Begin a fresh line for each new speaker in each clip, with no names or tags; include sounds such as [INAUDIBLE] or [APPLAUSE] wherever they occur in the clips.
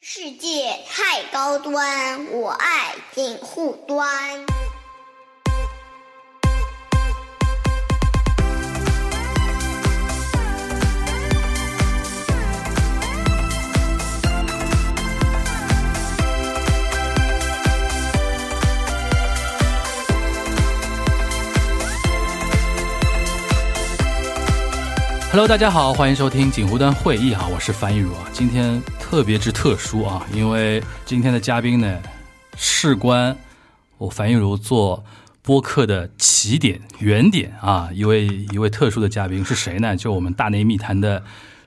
世界太高端，我爱锦护端。
Hello，大家好，欢迎收听锦湖端会议啊，我是樊一茹啊。今天特别之特殊啊，因为今天的嘉宾呢，事关我樊一茹做播客的起点、原点啊，一位一位特殊的嘉宾是谁呢？就我们大内密谈的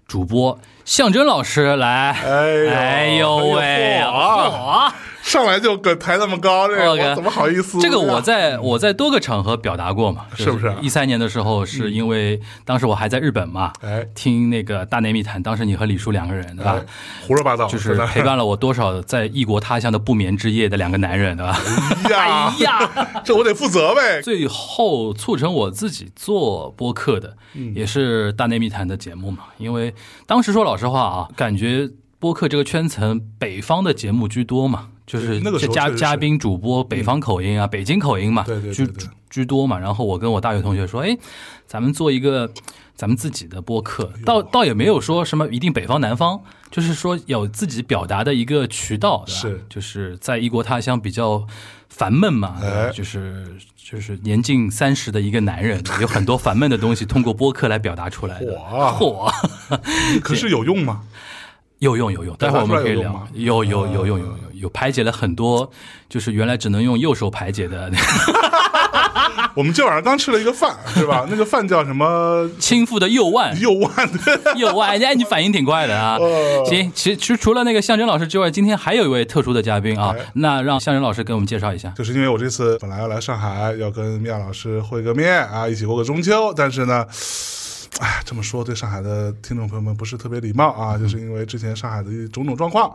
主播象征老师来。
哎呦
呦喂，
哎呦嚯啊上来就给抬那么高，这个
我靠
我怎么好意思？
这个我在我在多个场合表达过嘛，
是不是嗯
一三年的时候，是因为当时我还在日本嘛，
哎
听那个《大内密谈》，当时你和李叔两个人，对吧？
哎胡说八道，
就是
真的
陪伴了我多少在异国他乡的不眠之夜的两个男人，对吧？
哎呀，
呀，
这我得负责呗。
最后促成我自己做播客的，
嗯
也是《大内密谈》的节目嘛。因为当时说老实话啊，感觉播客这个圈层北方的节目居多嘛，就是
对那个时候
嘉
确实是
嘉宾主播北方口音啊，北京口音嘛，
对对对
居
对
居居多嘛。然后我跟我大学同学说，哎，咱们做一个咱们自己的播客，
哎
倒倒也没有说什么一定北方南方，就是说有自己表达的一个渠道，对吧
是
就是在异国他乡比较烦闷嘛，对吧
哎
就是就是年近三十的一个男
[LAUGHS]
人，有很多烦闷的东西通过播客来表达出来的。
哇
嚯，
可是有用吗？
有用有用，待会儿我们可以
表达
聊
出来有用吗。啊
有有有用有用有排解了很多，就是原来只能用右手排解的 [LAUGHS]
我们今晚上刚吃了一个饭，是吧？那个饭叫什么？
倾覆的右腕。
[LAUGHS] 右腕的，
右腕，哎，你反应挺快的
[LAUGHS]
啊！
哦
行，其其实除了那个象征老师之外，今天还有一位特殊的嘉宾啊，
哎
那让象征老师给我们介绍一下。
就是因为我这次本来要来上海，要跟米娅老师会个面啊，一起过个中秋，但是呢。哎，这么说对上海的听众朋友们不是特别礼貌啊，就是因为之前上海的一种种状况，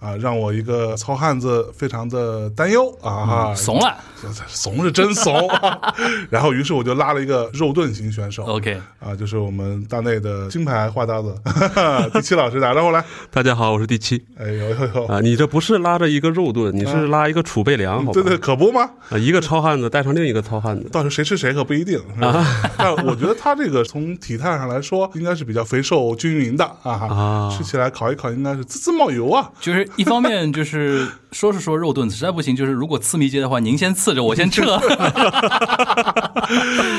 啊，让我一个糙汉子非常的担忧啊，
怂了
[LAUGHS] 怂是真怂。 [LAUGHS] 然后，于是我就拉了一个肉盾型选手
，OK，
啊，就是我们大内的金牌花搭子 [LAUGHS] 第七老师打招呼来。
大家好，我是第七
哎呦呦呦，
啊！你这不是拉着一个肉盾，你是拉一个储备粮， [LAUGHS] 好吧？
对对，可不吗？
啊，一个糙汉子带上另一个糙汉子，
到时候谁吃谁可不一定，
啊
是吧？ [LAUGHS] 但我觉得他这个从体态上来说，应该是比较肥瘦均匀的啊，
啊
吃起来烤一烤应该是滋滋冒油啊。
就是一方面就是说是说肉盾，实在不行就是如果刺迷街的话，您先刺着，我先撤， [LAUGHS]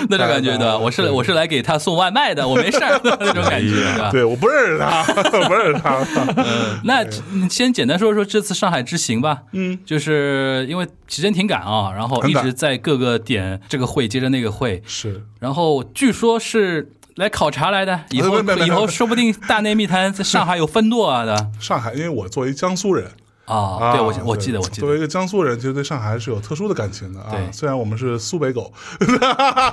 那种感觉的。我是我是来给他送外卖的，我没事儿的那种感觉，对吧？
哎对，我不认识他， [LAUGHS] 不认识他。 [LAUGHS]
嗯那嗯先简单说说这次上海之行吧。嗯，就是因为时间挺赶啊，然后
很
一
赶
直在各个点这个会接着那个会，
是，
然后据说是。来考察来的，以后
没没没没
以后说不定大内密谈在上海有分舵啊的
上海，因为我作为江苏人，
啊！对，我我记得我记
作为
得。
一个江苏人，其实对上海是有特殊的感情的啊
对。
虽然我们是苏北狗，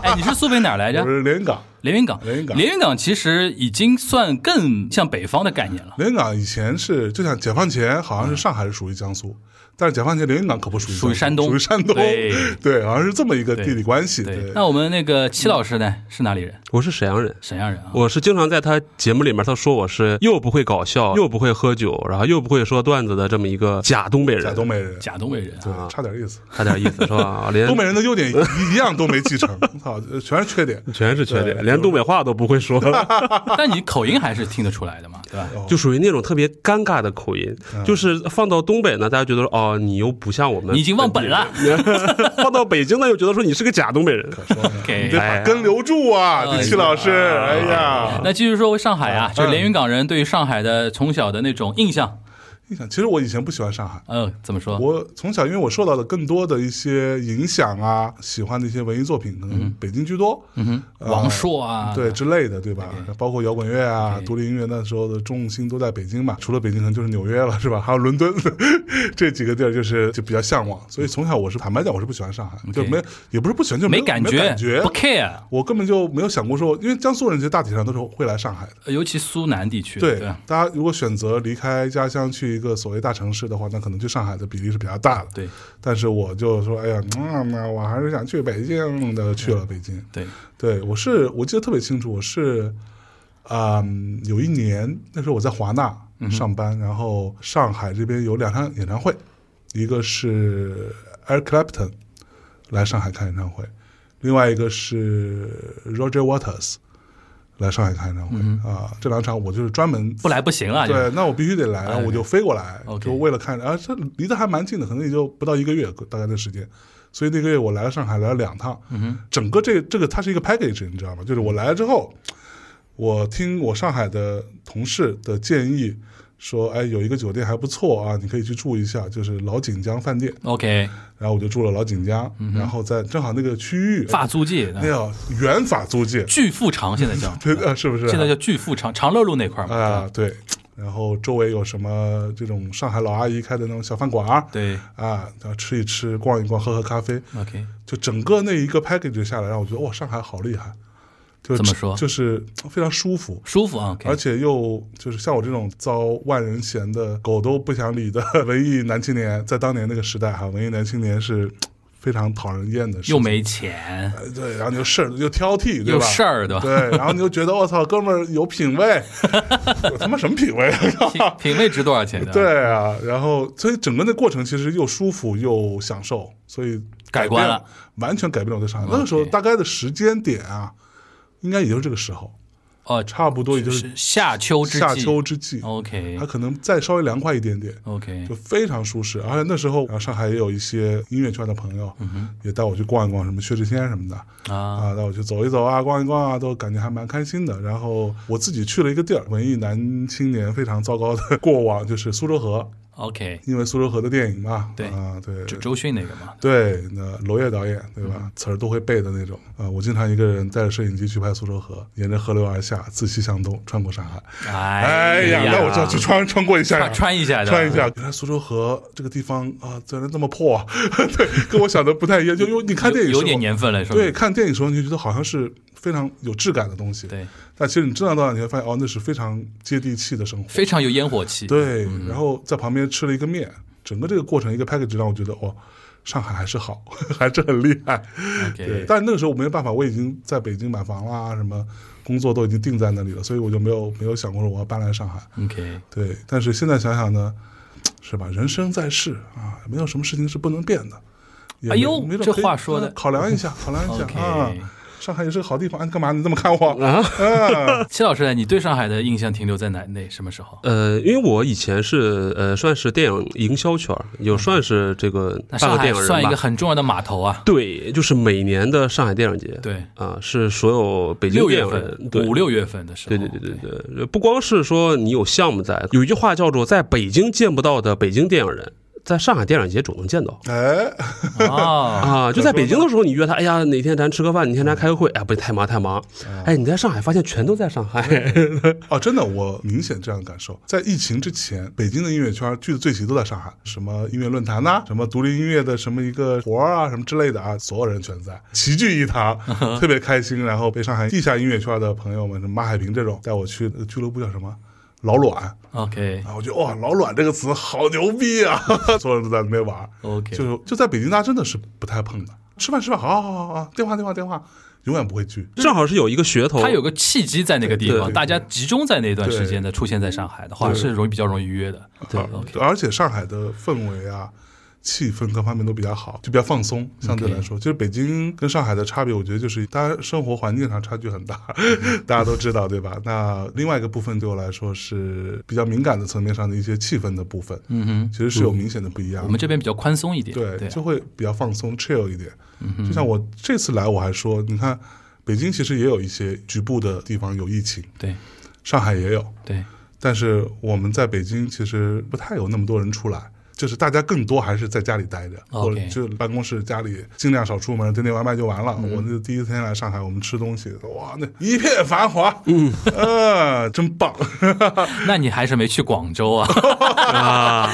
哎，你是苏北哪儿来着
我？是连云港。
连云港，
连云港
连云港其实已经算更像北方的概念了。
连云港以前是，就像解放前，好像是上海是属于江苏，但是解放前连云港可不属于江苏
嗯属于山东
属于山东，
对
对好像是这么一个
对
地理关系。
对
对，，
那我们那个戚老师呢，是哪里人？
我是沈阳人。
沈阳人啊。
我是经常在他节目里面，他说我是又不会搞笑，又不会喝酒，然后又不会说段子的这么一个假东北人，
假东北人，
假东北人啊，
对，差点意思。
差点意思 [LAUGHS] 是吧？啊连
东北人的优点一一样都没继
[LAUGHS]
承，操，全是缺点。
哎
全是缺
对
点，连东北话都不会说，
但你口音还是听得出来的嘛，对
[LAUGHS]
吧？
[LAUGHS] 就属于那种特别尴尬的口音。就是放到东北呢，大家觉得哦，你又不像我们，
你已经忘本了。
[LAUGHS] 放到北京呢，又觉得说你是个假东北人。
你
OK，
得把根留住啊，
哎呀
第七老师，哎呀，
那继续说回上海
嗯
啊，就连云港人对于上海的从小的那种印象，
你想，其实我以前不喜欢上海。
嗯，怎么说？
我从小因为我受到的更多的一些影响啊，喜欢的一些文艺作品，可能北京居多。嗯哼，
王朔啊，
对之类的，对吧？包括摇滚乐啊、独立音乐，那时候的重心都在北京嘛。除了北京，可能就是纽约了，是吧？还有伦敦 [LAUGHS] 这几个地儿，就是就比较向往。所以从小我是坦白讲，我是不喜欢上海，就没也不是不喜欢，就
没
有
感
没
觉，
感觉
不。care，
我根本就没有想过说，因为江苏人其实大体上都是会来上海的。
尤其苏南地区，
对
吧，
大家如果选择离开家乡去一个所谓大城市的话，那可能去上海的比例是比较大的。
对
但是我就说，哎呀，那、那我还是想去北京的，去了北京。
对，
对，我是我记得特别清楚，我是，嗯，有一年那时候我在华纳，上班，然后上海这边有两场演唱会，一个是 Eric Clapton 来上海看演唱会，另外一个是 Roger Waters 来上海看演唱会、啊。这两场我就是专门
嗯不来不行啊了，就
对，那我必须得来，
哎
我就飞过来，
OK
就为了看。啊，这离得还蛮近的，可能也就不到一个月，大概的时间。所以那个月我来了上海，来了两趟。嗯、整个这这个它是一个 package，你知道吗？就是我来了之后，我听我上海的同事的建议说，哎，有一个酒店还不错啊，你可以去住一下，就是老锦江饭店。
OK，
然后我就住了老锦江，然后在正好那个区域，
嗯法租界
那叫原法租界，
巨富长现在叫，
[LAUGHS] 对啊的，是不是？
现在叫巨富长，长乐路那块儿嘛，
啊，对。然后周围有什么这种上海老阿姨开的那种小饭馆儿，
对
啊，然后吃一吃、逛一逛、喝喝咖啡，
对，OK，
就整个那一个 package 下来，让我觉得哇，上海好厉害，就
怎么说
就是非常舒服，
舒服啊
而
，OK，
且又就是像我这种遭万人嫌的狗都不想理的 [LAUGHS] 文艺男青年，在当年那个时代哈，文艺男青年是非常讨人厌的事情，
又没钱，
呃对，然后你又事儿又挑剔，对
有
吧？
事儿对吧？
对，然后你就觉得我操，哥们儿有品位， [LAUGHS] 我他妈什么品位
品
啊？
[LAUGHS]
[LAUGHS]
品味值多少钱？吧，
对啊，然后所以整个那过程其实又舒服又享受，所以
改观了
变，完全改变了我对上海。那个时候
OK
大概的时间点啊，应该也就是这个时候，
哦，
差不多也就是
是夏秋之际，
夏秋之际，
，OK
它可能再稍微凉快一点点。
OK，
就非常舒适，而且那时候，然后上海也有一些音乐圈的朋友，也带我去逛一逛，什么薛之谦什么的，
嗯啊
啊，带我去走一走啊，逛一逛啊，都感觉还蛮开心的。然后我自己去了一个地儿，文艺男青年非常糟糕的过往，就是苏州河，
，OK，
因为苏州河的电影嘛，
对
啊，对。
就周迅那个嘛，
对，那娄烨导演对吧？
嗯
词儿都会背的那种啊、我经常一个人带着摄影机去拍苏州河，沿着河流而下，自西向东，穿过上海。哎
呀
呀，，那我就要去穿穿过一下呀
穿穿一下，
穿一，下，原来苏州河这个地方啊，怎么这么破、 [LAUGHS] 啊？对，跟我想的不太一样。就因为你看电影
有有
时候
点年份了，说
对，
明
看电影时候你就觉得好像是非常有质感的东西，
对，
但其实你真的到那，你会发现哦，那是非常接地气的生活。
非常有烟火气，
对，然后在旁边吃了一个面，整个这个过程一个 package 让我觉得哇、上海还是好， [LAUGHS] 还是很厉害。对，
，OK，
但那个时候我没有办法，我已经在北京买房啦，什么工作都已经定在那里了，所以我就没有没有想过说我要搬来上海。
OK，
对，但是现在想想呢，是吧？人生在世啊，没有什么事情是不能变的。也没
哎呦
没准
这
可以
话说的
啊考量一下，考量一下
OK
啊。上海也是个好地方，啊你干嘛？你这么看我？
啊，
啊，
戚老师呢？你对上海的印象停留在哪哪什么时候？
呃，因为我以前是呃算是电影营销圈儿，有算是这个
嗯那
半
上
个
海
电影
算
人
一个
吧。
很重要的码头啊，
对，就是每年的上海电影节，
对，
啊，是所有北京
六
电
月
影
份
人，对
五。六月份的时候，
对对对对对，对不光是说你有项目在，有一句话叫做“在北京见不到的北京电影人，在上海电影节总能见到
哎，”
啊，
啊！就在北京的时候，你约他，哎呀，哪天咱吃个饭，哪天咱开个会，哎，不太忙太忙，哎，你在上海发现全都在上海，
哦，真的，我明显这样的感受。在疫情之前，北京的音乐圈聚的最齐都在上海，什么音乐论坛呐、什么独立音乐的什么一个活儿啊，什么之类的啊，所有人全在，齐聚一堂，特别开心。然后被上海地下音乐圈的朋友们，什么马海平这种，带我去那个俱乐部叫什么老卵，
OK
啊，我觉得哇，老卵这个词好牛逼啊！ [LAUGHS] 所有人都在那边玩儿，
OK，
就是就在北京，大家真的是不太碰的。吃饭吃饭，好好好好好，电话电话电话，永远不会聚。
正好是有一个噱头，
它有个契机在那个地
对对
方，
对
大家集中在那段时间的出现在上海的话，
对
是容易比较容易约的。
对
啊
OK
而且上海的氛围啊。气氛各方面都比较好，就比较放松。相对来说就是北京跟上海的差别，我觉得就是大家生活环境上差距很大，
嗯
大家都知道，对吧？那另外一个部分对我来说是比较敏感的层面上的一些气氛的部分，
嗯哼，
其实是有明显的不一样的。
我们这边比较宽松一点，
对，
对啊嗯
就会比较放松、chill 一点。就像我这次来，我还说，你看北京其实也有一些局部的地方有疫情，
对
上海也有，
对
但是我们在北京其实不太有那么多人出来。就是大家更多还是在家里待着
OK 嗯
或者就办公室、家里尽量少出门，点点外卖就完了。我那第一天来上海，我们吃东西，哇，那一片繁华，嗯，呃，真棒，
那你还是没去广州啊？
[LAUGHS]
[LAUGHS]
啊，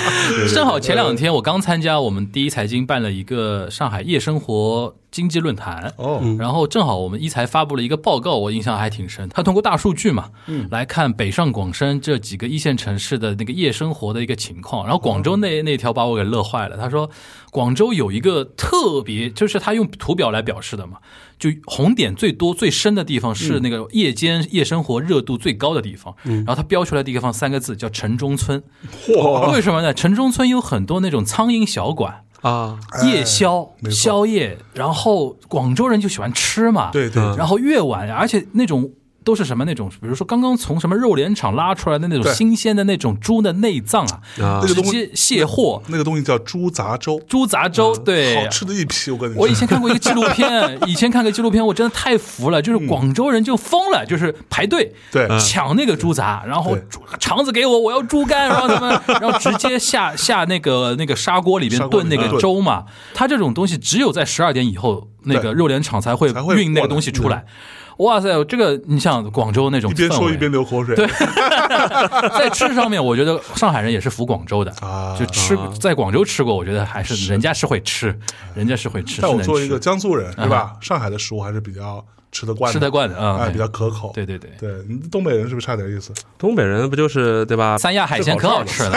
正好前两天我刚参加我们第一财经办了一个上海夜生活经济论坛。
哦，
然后正好我们一财发布了一个报告，我印象还挺深。他通过大数据嘛，来看北上广深这几个一线城市的那个夜生活的一个情况。然后广州那那条把我给乐坏了。他说，广州有一个特别，就是他用图表来表示的嘛，就红点最多最深的地方是那个夜间夜生活热度最高的地方。然后他标出来的地方三个字叫城中村。为什么呢？城中村有很多那种苍蝇小馆。
啊，
夜宵、
哎没错
宵夜，然后广州人就喜欢吃嘛，
对对
然后越晚，而且那种都是什么那种，比如说刚刚从什么肉联厂拉出来的那种
对
新鲜的那种猪的内脏啊，
啊
直接卸货，
[LAUGHS] 那个东西叫猪杂粥，
猪杂粥，对，
嗯好吃的一批，我跟你说。
我以前看过一个纪录
[LAUGHS]
片，以前看个纪录片，我真的太服了，就是广州人就疯了，就是排队
嗯对嗯
抢那个猪杂，然后
对
猪肠子给我，我要猪肝，然后他们 [LAUGHS] 然后直接下下那个那个砂锅里边
砂锅
炖
里嗯
那
边
个
炖
粥嘛。他这种东西只有在十二点以后，那个
对
肉联厂才会
才会
运那个
过来
东西出来。哇塞，这个你像广州那种
一边
氛
说
围
一边流口水，对，
[LAUGHS] 在吃上面，我觉得上海人也是服广州的
啊
就吃在广州吃过，我觉得还是人家是会吃，人家是会吃。
但我
是能
作为一
吃
个江苏人，对吧？上海的食物还是比较吃得惯的，
嗯吃得惯的啊
哎，
对
比较可口。
对对对
对，你东北人是不是差点意思？
东北人不就是对吧？
三亚海鲜可好吃了，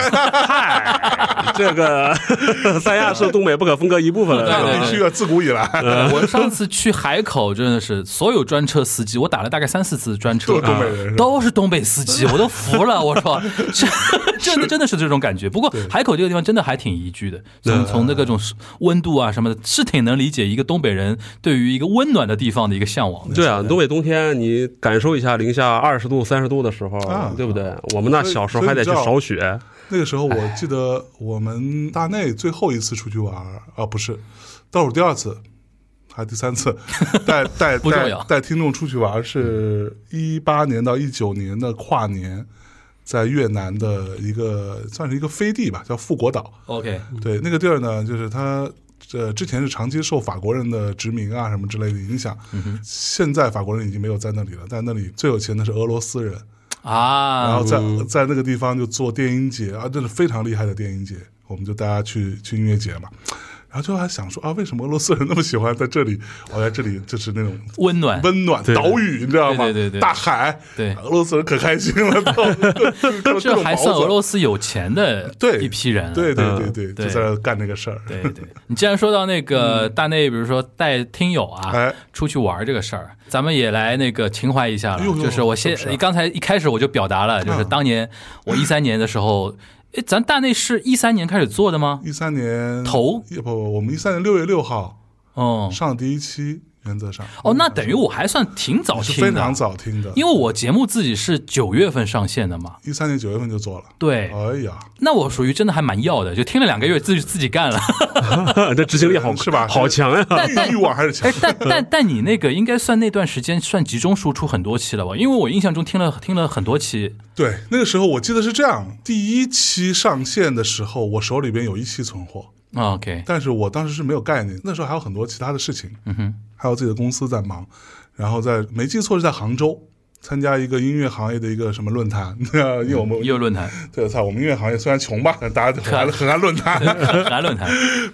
嗨，这个 [LAUGHS] 三亚是东北不可分割一部分了，
对
是吧
对
必须啊，自古以来
我上次去海口真的是所有专车司机，我打了大概三四次专车，啊
都是东北人是吧
都是东北司机，我都服了。我
[LAUGHS]
说，这真的真的是这种感觉。不过海口这个地方真的还挺宜居的，从从那各种温度啊什么的，是挺能理解一个东北人对于一个温暖的地方的一个向往的。
对啊，东北冬天你感受一下零下二十度、三十度的时候
啊，
对不对？我们那
所以
小时候还得去
所以你知道
扫雪，
那个时候，我记得我们大内最后一次出去玩儿啊，不是倒数第二次，还是第三
[LAUGHS]
次，带带
不重
带
要
带听众出去玩儿是一八年到一九年的跨年，在越南的一个算是一个飞地吧，叫富国岛。
OK，
对，那个地儿呢，就是它。呃，之前是长期受法国人的殖民啊什么之类的影响，
嗯
现在法国人已经没有在那里了，在那里最有钱的是俄罗斯人，然
啊
后，在在那个地方就做电音节啊，这是非常厉害的电音节，我们就大家去去音乐节嘛。然后就还想说啊，为什么俄罗斯人那么喜欢在这里？我在这里就是那种
温暖。
温暖
对
岛屿，你知道吗？
对对对
大海，
对
俄罗斯人可开心了，都
这还算俄
斯
罗斯有钱的
对
一批人啊，
对对
嗯
对对，
对
就在那干那个事儿。
对对，你既然说到那个大内，比如说带听友啊、
嗯哎
出去玩这个事儿，咱们也来那个情怀一下了。
哎呦呦
就是我
是
先
不是啊嗯
刚才一开始我就表达了，就是当年我一三年的时候，哎，咱大内是一三年开始做的吗？
一三年
头
不不，我们一三年六月六号
哦、
上第一期，原则上
哦，那等于我还算挺早
是
听的，
非常，早听的，
因为我节目自己是九月份上线的嘛。
一三年九月份就做了。
对，
哎呀，
那我属于真的还蛮要的，就听了两个月，自己自己干了。
[LAUGHS] 这执行力好
[LAUGHS] 是吧
好强呀！
但但
欲欲望还是
[LAUGHS]
强
哎，，但但但你那个应该算那段时间算集中输出很多期了吧？因为我印象中听了听了很多期，
对，那个时候我记得是这样，第一期上线的时候，我手里边有一期存货，
啊 OK，
但是我当时是没有概念，那时候还有很多其他的事情，嗯哼，还有自己的公司在忙，然后在没记错是在杭州参加一个音乐行业的一个什么论坛， [LAUGHS] 因为我们、
也有论坛，
对，操，我们音乐行业虽然穷吧，但大家 [LAUGHS] 很爱很爱论坛，
[LAUGHS] 来论坛，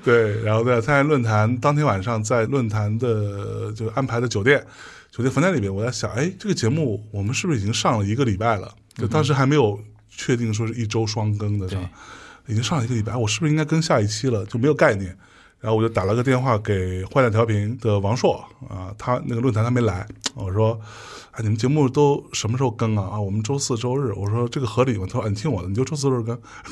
对，然后在参加论坛当天晚上，在论坛的就安排的酒店，酒店房间里面，我在想，哎，这个节目我们是不是已经上了一个礼拜了？就当时还没有确定说是一周双更的，是吧？已经上了一个礼拜，我是不是应该更下一期了？就没有概念。然后我就打了个电话给《坏蛋调频》的王硕啊，他那个论坛他没来，我说，哎，你们节目都什么时候更啊？啊，我们周四周日。我说这个合理吗？他说，啊你听我的，你就周四周日更。 [LAUGHS]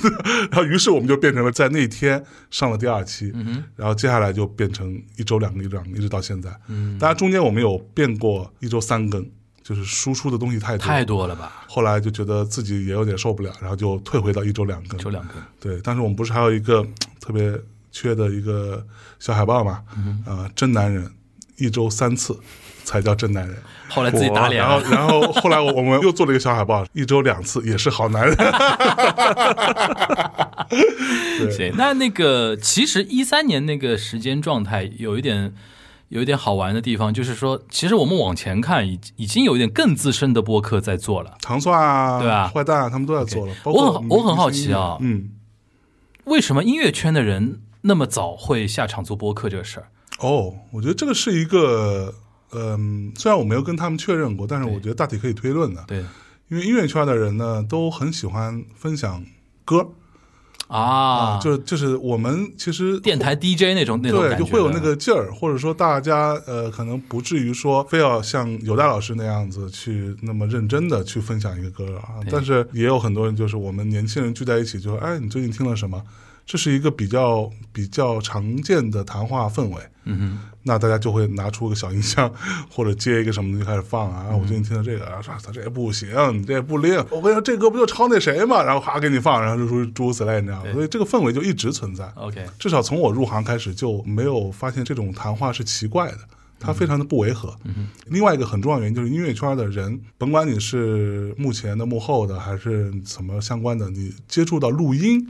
然后于是我们就变成了在那天上了第二期，然后接下来就变成一周两更，一周两更，一直到现在。嗯，当然中间我们有变过一周三更，就是输出的东西太多，
太多了吧？
后来就觉得自己也有点受不了，然后就退回到一周两更。
就两个，
对，但是我们不是还有一个特别缺的一个小海报嘛？
嗯
啊、真男人一周三次才叫真男人。
后来自己打脸
然后，
了。
然后后来我我们又做了一个小海报，一周两次也是
[LAUGHS]
好男人。
行，那那个其实一三年那个时间状态有一点。有一点好玩的地方，就是说，其实我们往前看，已已经有一点更资深的播客在做了。
糖蒜啊，
对啊
坏蛋啊，他们都在做了。包
我
括
很我很好奇啊
嗯，
为什么音乐圈的人那么早会下场做播客这个事儿？
哦，我觉得这个是一个，嗯、虽然我没有跟他们确认过，但是我觉得大体可以推论的，
对
因为音乐圈的人呢都很喜欢分享歌
啊，
就就是我们其实
电台 DJ 那种那种
对
感
就
觉，
会有那个劲儿，或者说大家呃可能不至于说非要像有大老师那样子去那么认真的去分享一个歌啊，但是也有很多人就是我们年轻人聚在一起就说，哎，你最近听了什么？这是一个比较比较常见的谈话氛围，
嗯
那大家就会拿出个小音箱，或者接一个什么东西开始放啊。我
嗯
最近听到这个啊，说他这也不行，你这也不灵。我跟你说，这歌不就抄那谁嘛？然后哗给你放，然后就诸诸如此类，你知道吗？所以这个氛围就一直存在。
哼，OK，
至少从我入行开始就没有发现这种谈话是奇怪的，它非常的不违和。另外一个很重要的原因就是音乐圈的人，甭管你是幕前的、幕后的，还是什么相关的，你接触到录音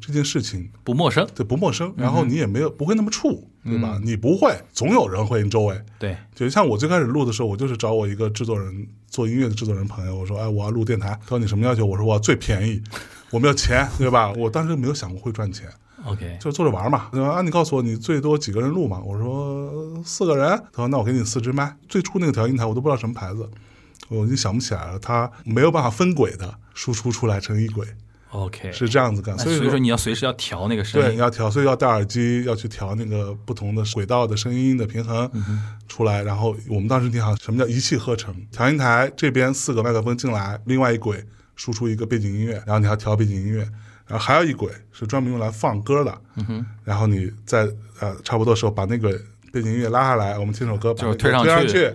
这件事情，
不陌生，
对不陌生，然后你也没有不会那么怵，对吧？你不会，总有人会，你周围。
对，
就像我最开始录的时候，我就是找我一个制作人，做音乐的制作人朋友，我说，哎，我要录电台，他说你什么要求？我说我要最便宜，我没有钱，对吧？我当时没有想过会赚钱，
OK，
就做着玩儿嘛。他说啊，你告诉我你最多几个人录嘛？我说呃四个人。他说那我给你四支麦。最初那个调音台我都不知道什么牌子，我已经想不起来了，它没有办法分轨的输出出来成一轨，
OK，
是这样子干。
那
所
所
以
以说
说。
你要随时要调那个声
对，你
音，
要调，所以要戴耳机，要去调那个不同的轨道的声音的平衡
嗯
出来。然后我们当时听好，什么叫一气呵成？调音台这边四个麦克风进来，另外一轨输出一个背景音乐，然后你还要调背景音乐，然后还有一轨是专门用来放歌的。
嗯
然后你在呃差不多的时候把那个背景音乐拉下来，我们听首歌，把
就是
那个
推上
推上
去
去。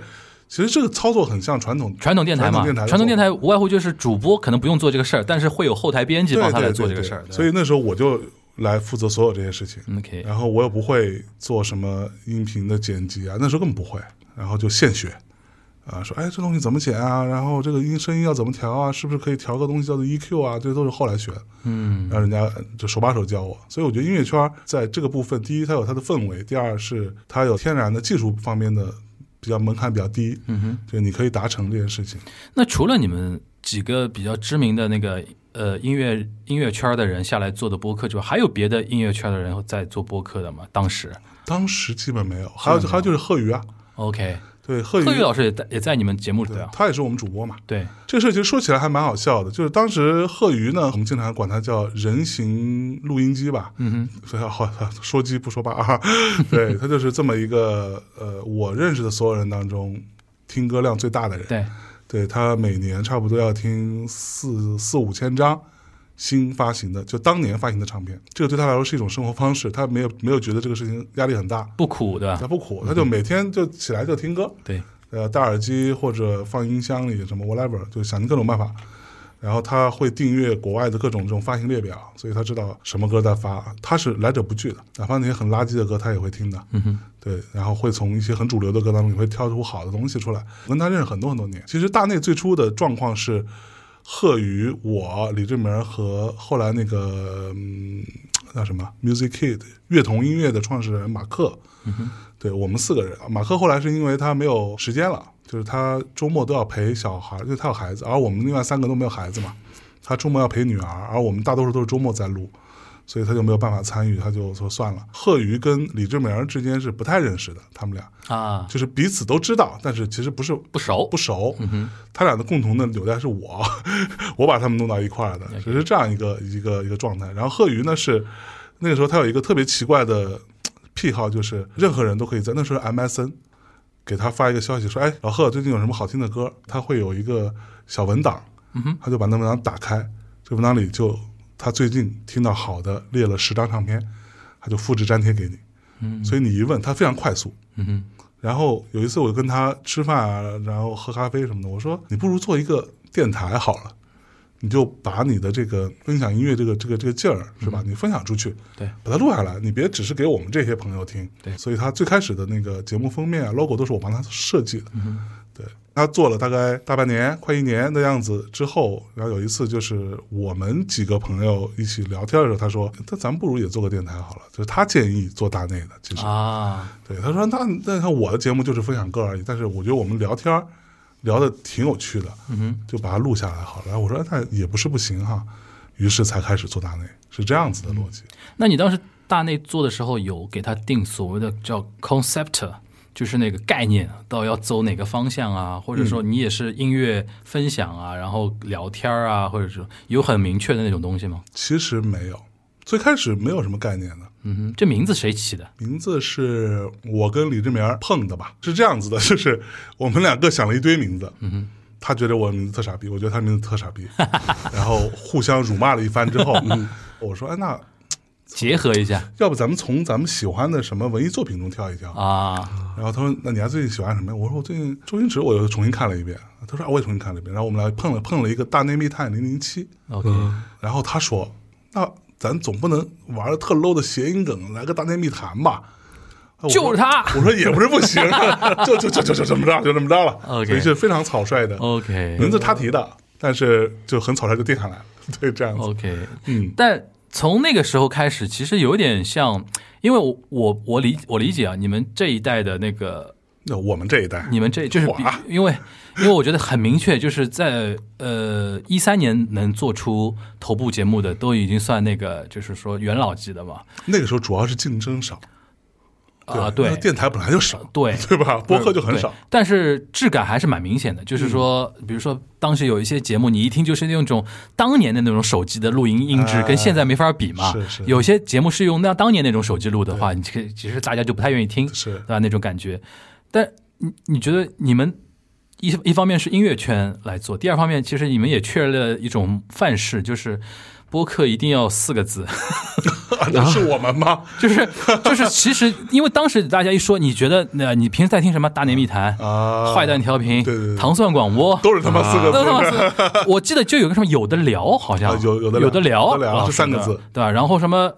其实这个操作很像传统
传统电台嘛，
传统电台
传统电
台
台无外乎就是主播可能不用做这个事儿，但是会有后台编辑
对
帮他来
对
做
对
这个
对
事儿。对
所以那时候我就来负责所有这些事情。
OK，
然后我又不会做什么音频的剪辑啊，那时候根本不会，然后就现学，啊、说哎这东西怎么剪啊，然后这个音声音要怎么调啊，是不是可以调个东西叫做 EQ 啊，这都是后来学的，
嗯，
然后人家就手把手教我，所以我觉得音乐圈在这个部分，第一它有它的氛围，第二是它有天然的技术方面的比较门槛比较低，嗯哼，就你可以达成这件事情。
那除了你们几个比较知名的那个呃音乐音乐圈的人下来做的播客之外，还有别的音乐圈的人在做播客的吗？当时
当时基本没有，还有还有就是贺宇啊，
OK，
对贺宇，
贺宇老师也在也在你们节目里
对
啊，
他也是我们主播嘛，
对，
这事儿其实说起来还蛮好笑的，就是当时贺鱼呢，我们经常管它叫人形录音机吧，嗯哼，所以好好说鸡不说八啊，对他就是这么一个呃，我认识的所有人当中听歌量最大的人，
对
对他每年差不多要听四四五千张新发行的，就当年发行的唱片，这个对他来说是一种生活方式，他没有没有觉得这个事情压力很大，
不苦对吧
他？不苦，他就每天就起来就听歌，
对，
呃，戴耳机或者放音箱里什么 whatever，就想尽各种办法。然后他会订阅国外的各种这种发行列表，所以他知道什么歌在发，他是来者不拒的，哪怕那些很垃圾的歌他也会听的。嗯哼，对，然后会从一些很主流的歌当中，你会挑出好的东西出来。我跟他认识很多很多年，其实大内最初的状况是，贺宇、我、李志明和后来那个嗯叫什么 Music Kid 乐童音乐的创始人马克，对我们四个人，马克后来是因为他没有时间了，就是他周末都要陪小孩，因为他有孩子，而我们另外三个都没有孩子嘛，他周末要陪女儿，而我们大多数都是周末在录，所以他就没有办法参与，他就说算了。贺宇跟李志明之间是不太认识的，他们俩
啊，
就是彼此都知道，但是其实不是
不熟
不熟，他俩的共同的纽带是我， [LAUGHS] 我把他们弄到一块儿的，只是这样一个一个一个状态。然后贺鱼呢是那个时候他有一个特别奇怪的癖好，就是任何人都可以在那时候 MSN 给他发一个消息说，哎，老贺最近有什么好听的歌？他会有一个小文档，他就把那文档打开，这文档里就他最近听到好的列了十张唱片，他就复制粘贴给你，所以你一问他非常快速，
嗯哼，
然后有一次我跟他吃饭啊，然后喝咖啡什么的，我说你不如做一个电台好了，你就把你的这个分享音乐这个这个这个劲儿是吧？你分享出去，
嗯对，
把它录下来，你别只是给我们这些朋友听。
对
所以他最开始的那个节目封面啊、logo 都是我帮他设计
嗯
的。对，他做了大概大半年、快一年的样子之后，然后有一次就是我们几个朋友一起聊天的时候，他说：“那咱们不如也做个电台好了。”就是他建议做大内的，其实。
啊，
对，他说那那看我的节目就是分享歌而已，但是我觉得我们聊天儿聊的挺有趣的，嗯、就把它录下来好了。然后我哎嗯说那也不是不行哈，于是才开始做大内，是这样子的逻辑。
那你当时大内做的时候有给他定所谓的叫 concept，就是那个概念，到底要走哪个方向啊，或者说你也是音乐分享啊，然后聊天啊，或者说有很明确的那种东西吗？
其实没有，最开始没有什么概念的。
嗯哼，这名字谁起的？
名字是我跟李志明儿碰的吧？是这样子的，就是我们俩各想了一堆名字。嗯他觉得我名字特傻逼，我觉得他名字特傻 [LAUGHS] 逼，然后互相辱骂了一番之后，我说：“哎，那
结合一下
要不咱们从咱们喜欢的什么文艺作品中挑一挑？”
啊，
然后他说：“那你还最近喜欢什么呀？”我说：“我最近周星驰，我又重新看了一遍。”他说：“啊，我也重新看了一遍。”然后我们俩碰了碰了一个《大内密探零零七》，
OK，
然后他说：“那咱总不能玩的特 low 的谐音梗，来个大内密谈吧？”啊我说
就是他
我说也不是不行，啊 [LAUGHS] 就就就就就这么着，就这么着了。
OK 哦
所以是非常草率的。
OK
名字他提的，但是就很草率就定下来了。对，这样子。
OK，
嗯，
但从那个时候开始，其实有点像，因为我我我理我理解啊，你们这一代的那个，
那我们这一代，
你们这就是比
哇
因为因为我觉得很明确，就是在呃一三年能做出头部节目的，都已经算那个就是说元老级的嘛，
那个时候主要是竞争少
啊、
对吧，
对
那电台本来就少，
对。
对吧？ [LAUGHS] 播客就很
对
少。，嗯
但是质感还是蛮明显的。就是说，比如说当时有一些节目，你一听就是那种当年的那种手机的录音音质，
哎
跟现在没法比嘛。
是是
有些节目是用那当年那种手机录的话，你这个其实大家就不太愿意听，
是
对吧？那种感觉。但你你觉得你们一一方面是音乐圈来做，第二方面其实你们也确立了一种范式，就是播客一定要四个字。
[LAUGHS] 啊是我们吗？
就是就是，其实因为当时大家一说，你觉得那、你平时在听什么《大内密谈》
啊
坏蛋调频》
对对对
糖蒜广播》
都是他妈四个字。
都他妈是，我记得就有个什么有的聊，好像、
啊有有
的
的
有
聊
聊，
有的聊
啊
是三个字，
对吧？然后什么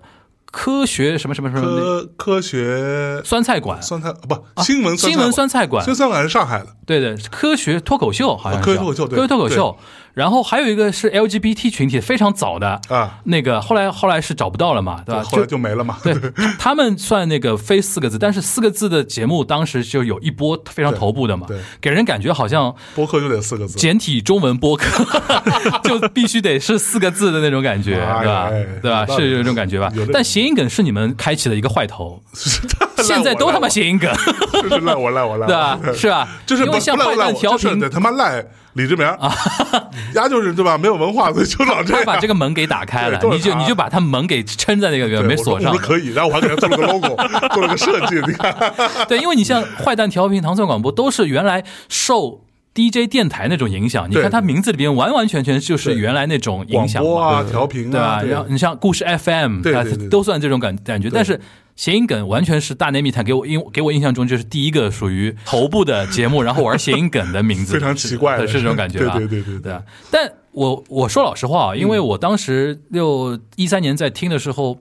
科学什么什么什么那
科科学
酸菜馆。
酸菜啊不新闻
新闻酸菜馆
新闻酸菜馆是上海的，
对对，科学脱口秀好像
啊
是
科学脱口秀对
科学脱口秀。然后还有一个是 LGBT 群体非常早的
啊，
那个后来后来是找不到了嘛，对吧？
后来就没了嘛。
对，他他们算那个非四个字，但是四个字的节目当时就有一波非常头部的嘛
对对，
给人感觉好像
播客就得四个 [LAUGHS] 字，
简体中文播客 [LAUGHS] 就必须得是四个字的那种感觉，
哎
对吧
哎？
对吧？
有道理
是有这种感觉吧
有这？
但谐音梗是你们开启的一个坏
[LAUGHS]
头，现在都他妈谐音梗，
就是赖我赖我赖我，
对吧？是吧？
就是
因
不
为像
不赖
坏
我赖
蛋
我，
调
就是
频
得他妈赖李志明啊， [LAUGHS] 丫就是对吧？没有文化，所以就老这
他
样。
把这个门给打开了，
[LAUGHS] 对都
你
是
就
他
你就把他门给撑在那个
对
没
我
锁
说
上
我说。可以，然后我还给他做了
[LAUGHS]
个 logo，做了个设计，你看，
对，因为你像坏蛋调频、糖蒜广播，都是原来受 DJ 电台那种影响。你
对
看它名字里边完完全全就是
对
原来那种影
广
响
播
嘛，
啊，调频
对吧
啊，？
然后你像故事 FM，
对对
它
对对
都算这种感感觉，但是。谐音梗完全是大内密探给我印给我印象中就是第一个属于头部的节目，然后玩谐音梗的名字，
[LAUGHS] 非常奇怪的
是是这种感觉吧？
对对对对对嗯
啊。但我我说老实话啊，因为我当时六一三年在听的时候，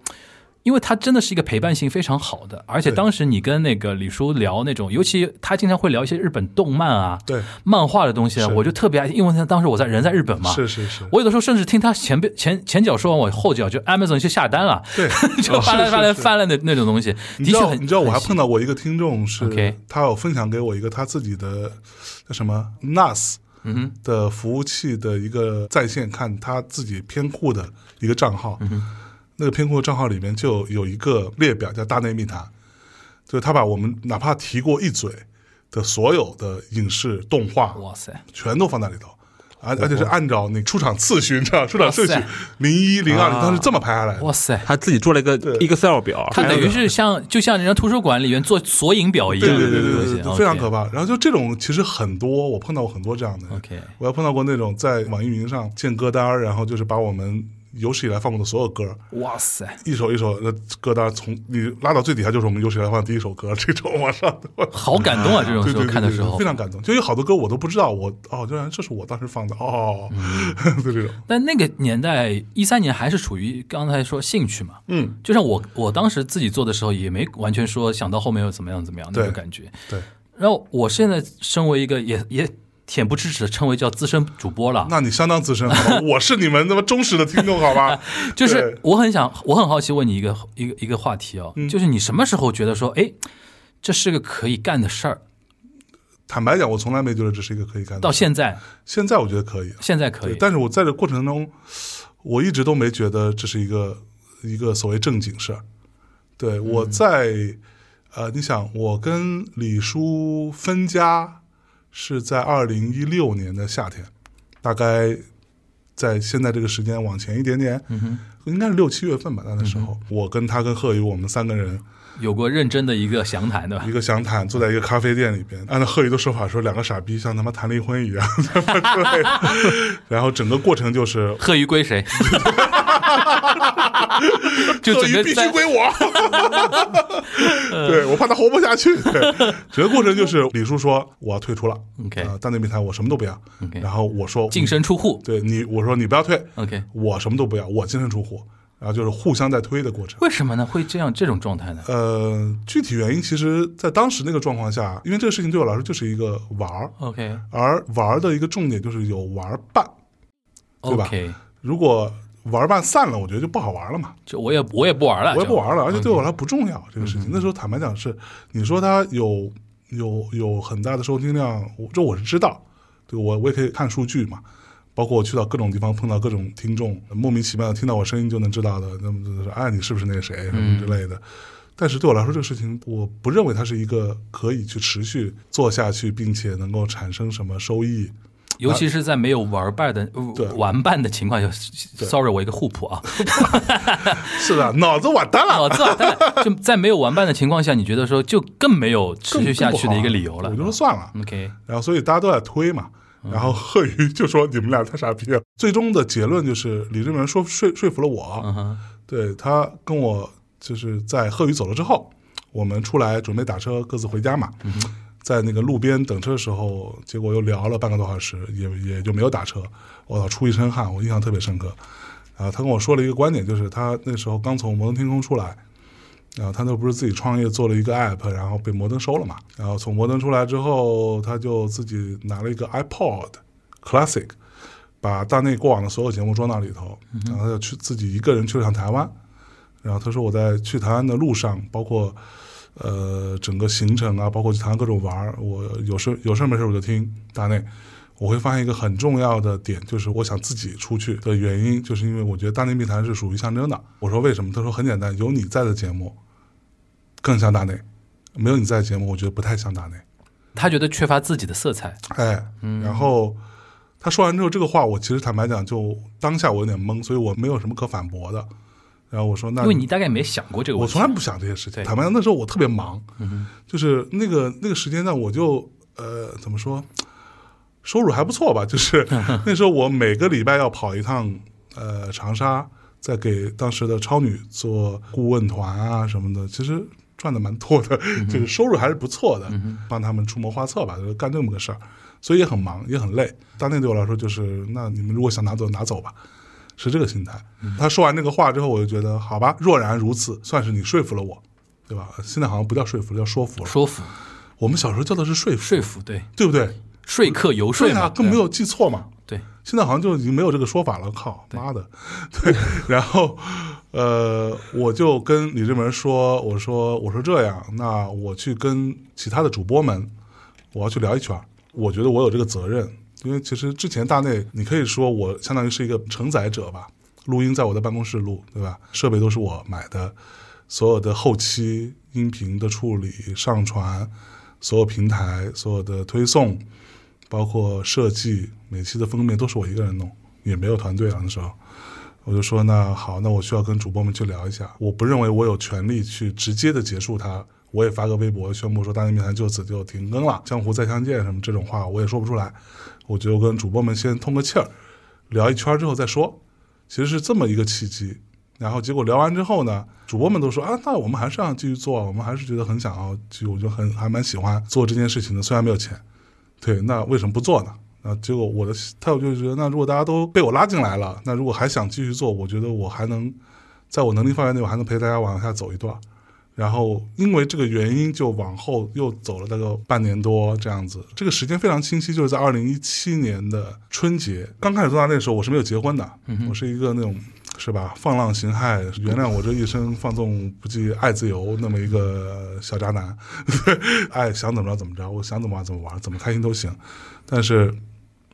因为它真的是一个陪伴性非常好的，而且
对
当时你跟那个李叔聊那种，尤其他经常会聊一些日本动漫啊、
对
漫画的东西啊，
是
我就特别爱听，因为他当时我在人在日本嘛，
是是是，
我有的时候甚至听他前边前前脚说完，我后脚就 Amazon 去下单了，
对
[LAUGHS] 就翻来
是是哦
翻来
是
翻来的那种东西，
你
的
知
确
道，
很，
你知道我还
很
碰到过一个听众
OK
是，他有分享给我一个他自己的叫什么 NAS
嗯
的服务器的一个在线看他自己偏库的一个账
嗯
号，那个偏库账号里面就有一个列表叫大内密谈，就是他把我们哪怕提过一嘴的所有的影视动画，
哇塞，
全都放在里头。而而且是按照那出场次序，你知道出场顺序
哇塞，
零一零二，
啊
他是这么排下来的。
哇塞，
他自己做了一个
对
Excel 表，
他等于是像就像人家图书馆里面做索引表一样
对
的
对对
那
对
种
对
东
对，
西，
非常可怕。然后就这种其实很多，我碰到过很多这样的人。
OK
我还碰到过那种在网易云上建歌单儿，然后就是把我们有史以来放过的所有歌儿，
哇塞，
一首一首的歌单儿从你拉到最底下，就是我们有史以来放的第一首歌儿，这种往上的。 [LAUGHS]
好感动啊！这种
哎对
时候
对对
看的
对
时
对，
候
非，常感动。就有好多歌我都不知道，我哦，居然这是我当时放的哦，
嗯
[LAUGHS] 就这种。
但那个年代一三年还是处于刚才说兴趣嘛，
嗯，
就像我我当时自己做的时候，也没完全说想到后面又怎么样怎么样那
对
种感觉，
对，
然后我现在身为一个也也恬不知耻，称为叫资深主播了。
那你相当资深，好吧我是你们那么忠实的听众，好吧？ [LAUGHS]
就是
对嗯
我很想，我很好奇问你一个一个一个话题哦，就是你什么时候觉得说，哎，这是个可以干的事儿？
坦白讲，我从来没觉得这是一个可以干的。
到现在，
现在我觉得可以，
现在可
嗯对，
以，
但是我在这过程中，我一直都没觉得这是一个一个所谓正经事儿，对，
嗯
我在、呃，你想，我跟李叔分家是在二零一六年的夏天，大概在现在这个时间往前一点点，
嗯
应该是六七月份吧。那个时候，我跟他跟贺宇，我们三个人
有过认真的一个详谈，对吧 [LAUGHS]
一？个详谈，坐在一个咖啡店里边，按照贺宇的说法说，两个傻逼像他妈谈离婚一样 [LAUGHS] 之类的。 [LAUGHS] 然后整个过程就是。
贺鱼归谁？ [LAUGHS] 就
贺
整
宇
个
必须
在
归
[LAUGHS]
我，对我怕他活不下去。对，整个过程就是李叔说我要退出了
OK
啊，大内密谈我什么都不要。
OK
然后我说嗯
净身出户。
对你，我说你不要退
OK，
我什么都不要，我净身出户。然后就是互相在推的过程。
为什么呢？会这样这种状态呢？
呃，具体原因其实，在当时那个状况下，因为这个事情对我来说就是一个玩儿，
OK
而玩儿的一个重点就是有玩儿伴。对吧
OK，
如果玩儿伴散了，我觉得就不好玩了嘛，
就我也我也不玩了，嗯
我也不玩了，而且对
我
我来说不重要。这
嗯
个事情那时候坦白讲是，你说它有有有很大的收听量，我这我是知道，对我我也可以看数据嘛。包括我去到各种地方碰到各种听众，莫名其妙的听到我声音就能知道的，那么就是哎你是不是那谁什
嗯
么之类的。但是对我来说，这个事情我不认为它是一个可以去持续做下去，并且能够产生什么收益，
尤其是在没有玩伴的、呃
对
玩伴的情况下，sorry，我一个互补啊，
是的，脑子完蛋了。
脑子完蛋了。就在没有玩伴的情况下，你觉得说就更没有持续下去的一个理由了嗯
我。就说算了。
OK，
然后所以大家都在推嘛。然
嗯
后贺宇就说：“你们俩太傻逼了。”最终的结论就是李志明说说说服了我，
嗯哼，
对他跟我就是在贺宇走了之后，我们出来准备打车各自回家嘛。
嗯
在那个路边等车的时候，结果又聊了半个多小时，也也就没有打车。我操，出一身汗，我印象特别深刻。然后他跟我说了一个观点，就是他那时候刚从摩登天空出来，然后他那不是自己创业做了一个 app，然后被摩登收了嘛。然后从摩登出来之后，他就自己拿了一个 iPod Classic，把大内过往的所有节目装到里头，然后他就去自己一个人去了趟台湾。然后他说我在去台湾的路上，包括呃整个行程啊，包括去台湾各种玩儿，我有事有事没事我就听大内。我会发现一个很重要的点，就是我想自己出去的原因，就是因为我觉得大内密谈是属于象征的。我说为什么？他说很简单，有你在的节目更像大内，没有你在的节目，我觉得不太像大内。
他觉得缺乏自己的色彩。
哎，
嗯
然后他说完之后，这个话我其实坦白讲，就当下我有点懵，所以我没有什么可反驳的。然后我说，那
因为你大概没想过这个
我
问题，
从来不想这些事情。
对嗯
坦白讲，那时候我特别忙，就是那个那个时间段，我就呃怎么说，收入还不错吧。就是
[LAUGHS]
那时候我每个礼拜要跑一趟呃长沙，再给当时的超女做顾问团啊什么的，其实赚的蛮多的，
嗯
就是收入还是不错的，帮他们出谋划策吧，就是干这么个事儿。所以也很忙，也很累。当内对我来说就是，那你们如果想拿走拿走吧，是这个心态。
嗯
他说完这个话之后，我就觉得好吧，若然如此，算是你说服了我，对吧？现在好像不叫说服了，叫说服了。
说服、
我们小时候叫的是说服，
说服，对，
对不对？
说客游说
对
嘛，
啊，更没有记错嘛。
对啊
现在好像就已经没有这个说法了，靠妈的！ [LAUGHS] 对，然后呃，我就跟李志门说，我说我说这样，那我去跟其他的主播们，我要去聊一圈儿，我觉得我有这个责任，因为其实之前大内，你可以说我相当于是一个承载者吧，录音在我的办公室录，对吧？设备都是我买的，所有的后期音频的处理、上传，所有平台、所有的推送，包括设计，每期的封面都是我一个人弄，也没有团队啊那时候。我就说那好，那我需要跟主播们去聊一下。我不认为我有权利去直接的结束它，我也发个微博宣布说《大内密谈》就此就停更了，江湖再相见什么这种话我也说不出来。我就跟主播们先通个气儿，聊一圈儿之后再说。其实是这么一个契机。然后结果聊完之后呢，主播们都说啊，那我们还是要继续做，我们还是觉得很想要就我就很还蛮喜欢做这件事情的，虽然没有钱。对，那为什么不做呢？啊，结果我的态度就是觉得，那如果大家都被我拉进来了，那如果还想继续做，我觉得我还能在我能力范围内，我还能陪大家往下走一段。然后因为这个原因，就往后又走了大概半年多这样子。这个时间非常清晰，就是在二零一七年的春节，刚开始做大那时候，我是没有结婚的，我是一个那种是吧放浪形骸，原谅我这一生放纵不羁、爱自由那么一个小渣男， [LAUGHS] 爱想怎么着怎么着，我想怎么玩怎么玩，怎么开心都行。但是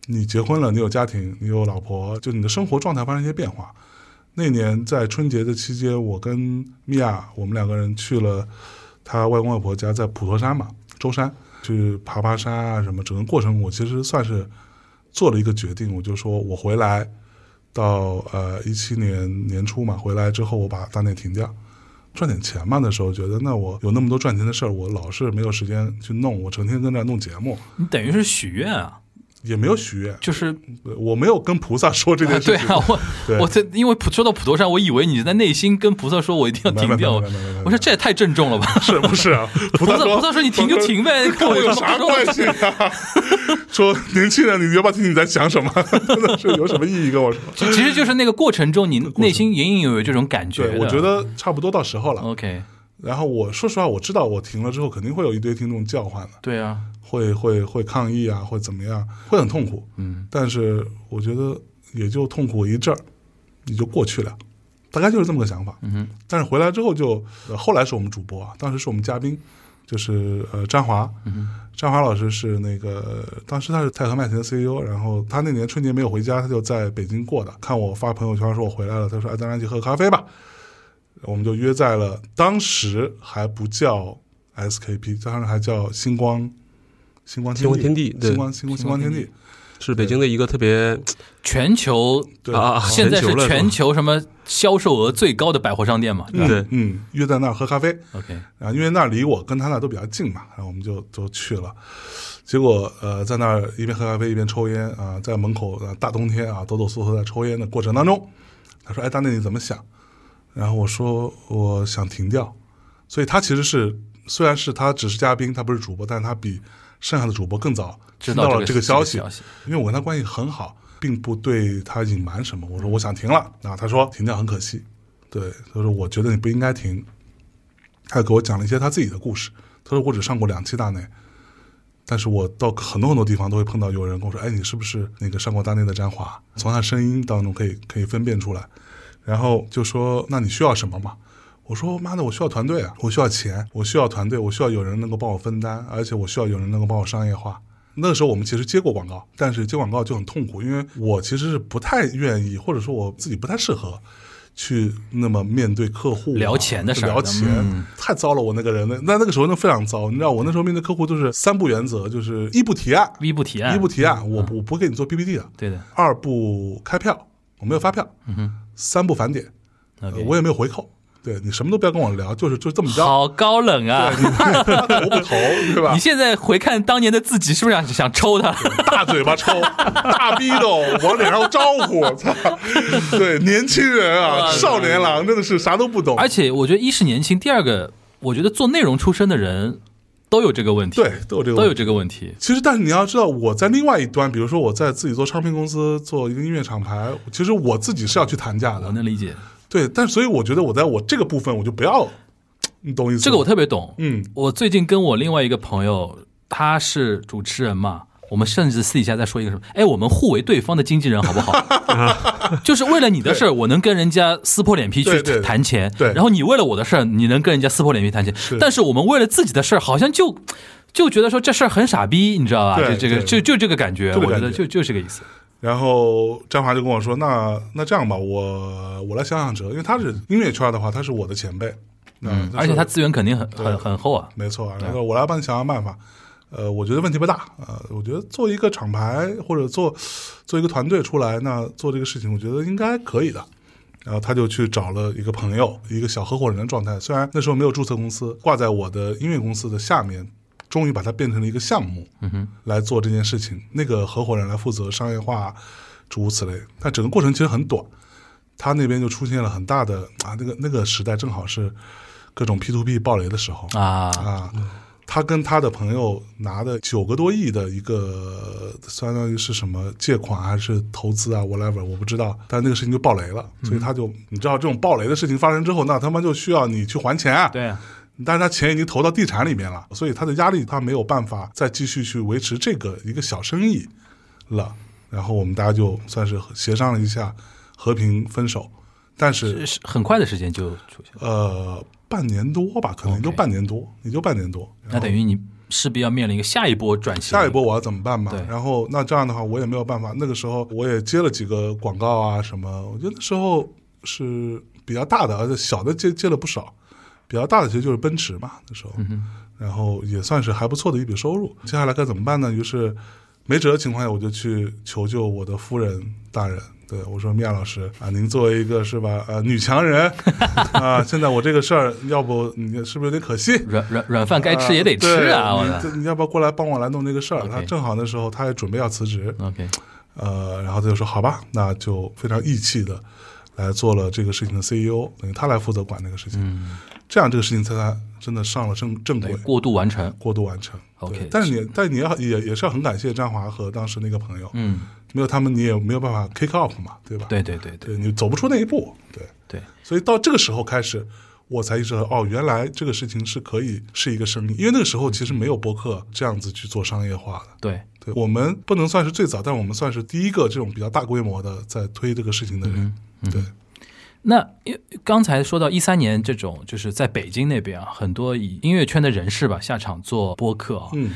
你结婚了，你有家庭，你有老婆，就你的生活状态发生一些变化。那年在春节的期间，我跟米娅，我们两个人去了她外公外婆家，在普陀山嘛，舟山去爬爬山啊什么。整个过程我其实算是做了一个决定，我就说我回来到呃一七年年初嘛，回来之后我把大内停掉，赚点钱嘛。那时候觉得那我有那么多赚钱的事儿，我老是没有时间去弄，我成天跟那儿弄节目，
你等于是许愿啊，
也没有许愿，
就是
我没有跟菩萨说这
啊
件事
对
情。
啊，我
[LAUGHS] 对
我在因为普说到普陀山，我以为你在内心跟菩萨说，我一定要
没没
停掉。
没没没没没
我说这也太郑重了吧？
是不是啊？菩
[LAUGHS] 菩
萨
萨
说
菩萨说你停就停呗，
跟
跟
我
我
有
什么
啥
关
关系啊？ [LAUGHS] 说年轻人，你要不要听听你在想什么？ [LAUGHS] 真的是有什么意义跟我说？
就其实就是那个过程中，你内心隐隐有有这种感觉的。
对，我觉得嗯差不多到时候了。
OK，
然后我说实话，我知道我停了之后，肯定会有一堆听众叫唤的，
对啊，
会会会抗议啊，会怎么样，会很痛苦。
嗯，
但是我觉得也就痛苦一阵儿，也就过去了，大概就是这么个想法。
嗯哼，
但是回来之后就，呃后来是我们主播啊，当时是我们嘉宾，就是呃张华，
嗯
张华老师是那个呃当时他是泰和麦田的 CEO，然后他那年春节没有回家，他就在北京过的。看我发朋友圈说我回来了，他说哎，咱俩一起喝咖啡吧，我们就约在了，当时还不叫 SKP，当时还叫星光。星光
星光
天
天地对
星光星光星光天地，
是北京的一个特别
全球
对
啊，
现在是
了
全
吧
球什么销售额最高的百货商店嘛？对吧
对
嗯，约在那儿喝咖啡，
，OK，
然后因为那儿离我跟他那儿都比较近嘛，然后我们就都去了。结果呃，在那儿一边喝咖啡一边抽烟啊、在门口、呃、大冬天啊，抖抖嗦嗦在抽烟的过程当中，他说：“哎，大内你怎么想？”然后我说：“我想停掉。”所以他其实是虽然是他只是嘉宾，他不是主播，但是他比剩下的主播更早
知
听
道
到了
这
这
个
个消息，
这个消息
因为我跟他关系很好，并不对他隐瞒什么。我说我想停了，啊，他说停掉很可惜，对，他说我觉得你不应该停。他给我讲了一些他自己的故事，他说我只上过两期大内，但是我到很多很多地方都会碰到有人跟我说，哎，你是不是那个上过大内的詹华？从他声音当中可以可以分辨出来，然后就说那你需要什么嘛？我说妈的，我需要团队啊，我需要钱，我需要团队，我需要有人能够帮我分担，而且我需要有人能够帮我商业化。那个时候我们其实接过广告，但是接广告就很痛苦，因为我其实是不太愿意，或者说我自己不太适合去那么面对客户啊、
聊钱的事儿
聊钱、
嗯
太糟了。我那个人，那那那个时候那非常糟，你知道，我那时候面对客户就是三不原则，就是一不提案，
一不提案，
一不提案，
嗯
我我不给你做 PPT 的；
对的
二不开票，我没有发票；三不返点，呃
嗯，OK，
我也没有回扣。对你什么都不要跟我聊，就是就这么着，
好高冷啊！
头不投，对
[LAUGHS]
吧
你？现在回看当年的自己，是不是想想抽他？
大嘴巴抽，大逼斗往脸上招呼，操！对，年轻人啊，
哇
少年郎真的是啥都不懂。
而且我觉得一是年轻，第二个我觉得做内容出身的人都有这个问题，
对，都有这个
都
问
有
题。
这个问题。
其实，但是你要知道，我在另外一端，比如说我在自己做唱片公司，做一个音乐厂牌，其实我自己是要去谈价
我
的。
能理解，
对，但所以我觉得我在我这个部分，我就不要，你懂意思吗？
这个我特别懂。
嗯
我最近跟我另外一个朋友，他是主持人嘛，我们甚至私底下在说一个什么，哎，我们互为对方的经纪人好不好？ [LAUGHS] 就是为了你的事儿，我能跟人家撕破脸皮去
对对
谈钱，
对
然后你为了我的事儿，你能跟人家撕破脸皮谈钱，但是我们为了自己的事儿，好像就。就觉得说这事儿很傻逼，你知道吧？
对
就这个，
对
就就这个感觉，
这
我
个
觉
感
得
觉
就就这个意思。
然后张华就跟我说：“那那这样吧，我我来想想辙，因为他是音乐圈的话，他是我的前辈，嗯
而且他资源肯定很很很厚啊。
没错。然后我来帮你想想办法。呃，我觉得问题不大。呃，我觉得做一个厂牌或者做做一个团队出来，那做这个事情，我觉得应该可以的。然后他就去找了一个朋友，一个小合伙人的状态。虽然那时候没有注册公司，挂在我的音乐公司的下面，终于把它变成了一个项目，嗯哼，来做这件事情。那个合伙人来负责商业化，诸如此类。但整个过程其实很短，他那边就出现了很大的啊，那个那个时代正好是各种 P to P 爆雷的时候
啊，
啊，他跟他的朋友拿的九个多亿的一个，相当于是什么借款还是投资啊，whatever，我不知道。但那个事情就爆雷了，
嗯
所以他就你知道这种爆雷的事情发生之后，那他妈就需要你去还钱啊。
对啊，
但是他钱已经投到地产里面了，所以他的压力他没有办法再继续去维持这个一个小生意了。然后我们大家就算是协商了一下，和平分手。但
是
是
是很快的时间就出现了，
呃，半年多吧，可能也就
OK
半年多，也就半年多。
那等于你势必要面临一个下一波转型。
下一波我要怎么办嘛
对？
然后那这样的话，我也没有办法。那个时候我也接了几个广告啊什么，我觉得那时候是比较大的，而且小的接接了不少。比较大的其实就是奔驰嘛，那时候，然后也算是还不错的一笔收入。接下来该怎么办呢？于是没辙的情况下，我就去求救我的夫人大人。对我说：“米娅老师啊，您作为一个是吧呃女强人 [LAUGHS] 啊，现在我这个事儿，要不你是不是有点可惜？
软软软饭该吃也得吃啊！我
呃对
的
你你要不要过来帮我来弄这个事儿？
OK
他正好那时候他也准备要辞职，
OK，
呃，然后他就说好吧，那就非常义气的来做了这个事情的 CEO，等于他来负责管这个事情，这样这个事情才才真的上了正正轨
嗯对，，过渡完成。
过渡完成。
OK，
对但是你但你要也也是要很感谢张华和当时那个朋友，
嗯，
没有他们你也没有办法 kick off 嘛，对吧？
对对对对
对，你走不出那一步，对，
对，
所以到这个时候开始。我才意识到，哦，原来这个事情是可以是一个生意，因为那个时候其实没有播客这样子去做商业化的，
对，
对我们不能算是最早，但我们算是第一个这种比较大规模的在推这个事情的
嗯
人。对，
那因为刚才说到一三年这种，就是在北京那边啊，很多以音乐圈的人士吧下场做播客啊。
嗯，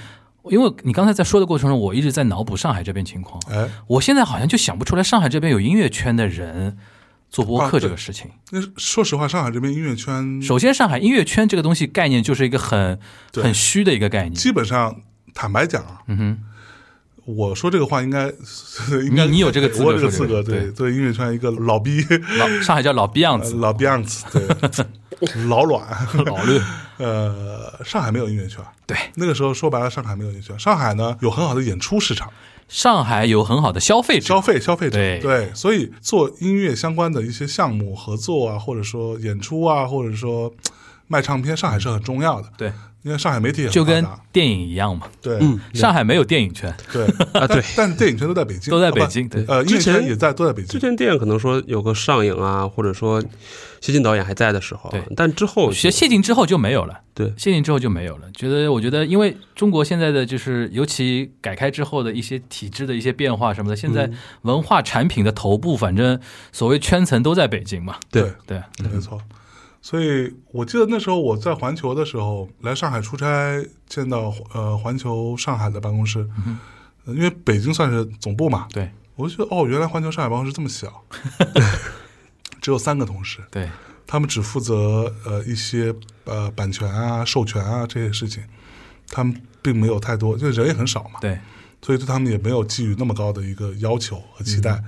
因为你刚才在说的过程中，我一直在脑补上海这边情况。
哎，
我现在好像就想不出来上海这边有音乐圈的人做播
啊
客
对嗯
这个事情。
那说实话，上海这边音乐圈
首先，上海音乐圈这个东西概念就是一个很
对
很虚的一个概念。
基本上，坦白讲啊，嗯
哼，
我说这个话应该应该
[LAUGHS] 你你有这个资格
我有这个
说
资
这个
格，
对
对对，音乐圈一个老
[LAUGHS]
逼
老上海叫老逼样子，
老逼样子，
[LAUGHS]
对， [LAUGHS] 老卵。
老绿。
呃，上海没有音乐圈，
对，
那个时候说白了，上海没有音乐圈。上海呢有很好的演出市场，
上海有很好的消费者
消，费消费者
对
所以做音乐相关的一些项目合作啊，或者说演出啊，或者说嘖卖唱片，上海是很重要的，
对，
因为上海媒体也
就嗯
很发
跟
达，
电影一样嘛。
对、
上海没有电影圈，
对
啊对
但但是电影圈都在北京，
都在
啊不
北京对
呃，音乐
之前
圈也在都在北
之
京，
前电影可能说有个上映啊，或者说谢晋导演还在的时候
对
啊，但之后
谢谢晋之后就没有了。
对
谢晋之后就没有了。觉得我觉得，因为中国现在的就是，尤其改开之后的一些体制的一些变化什么的，现
嗯
在文化产品的头部，反正所谓圈层都在北京嘛。
对
对，
没错。所以我记得那时候我在环球的时候，来上海出差，见到呃环球上海的办公室，呃因为北京算是总部嘛，
对
我就觉得哦，原来环球上海办公室这么小，只有三个同事，
对，
他们只负责呃一些呃版权啊、授权啊这些事情，他们并没有太多，就人也很少嘛，
对，
所以对他们也没有寄予那么高的一个要求和期待。
嗯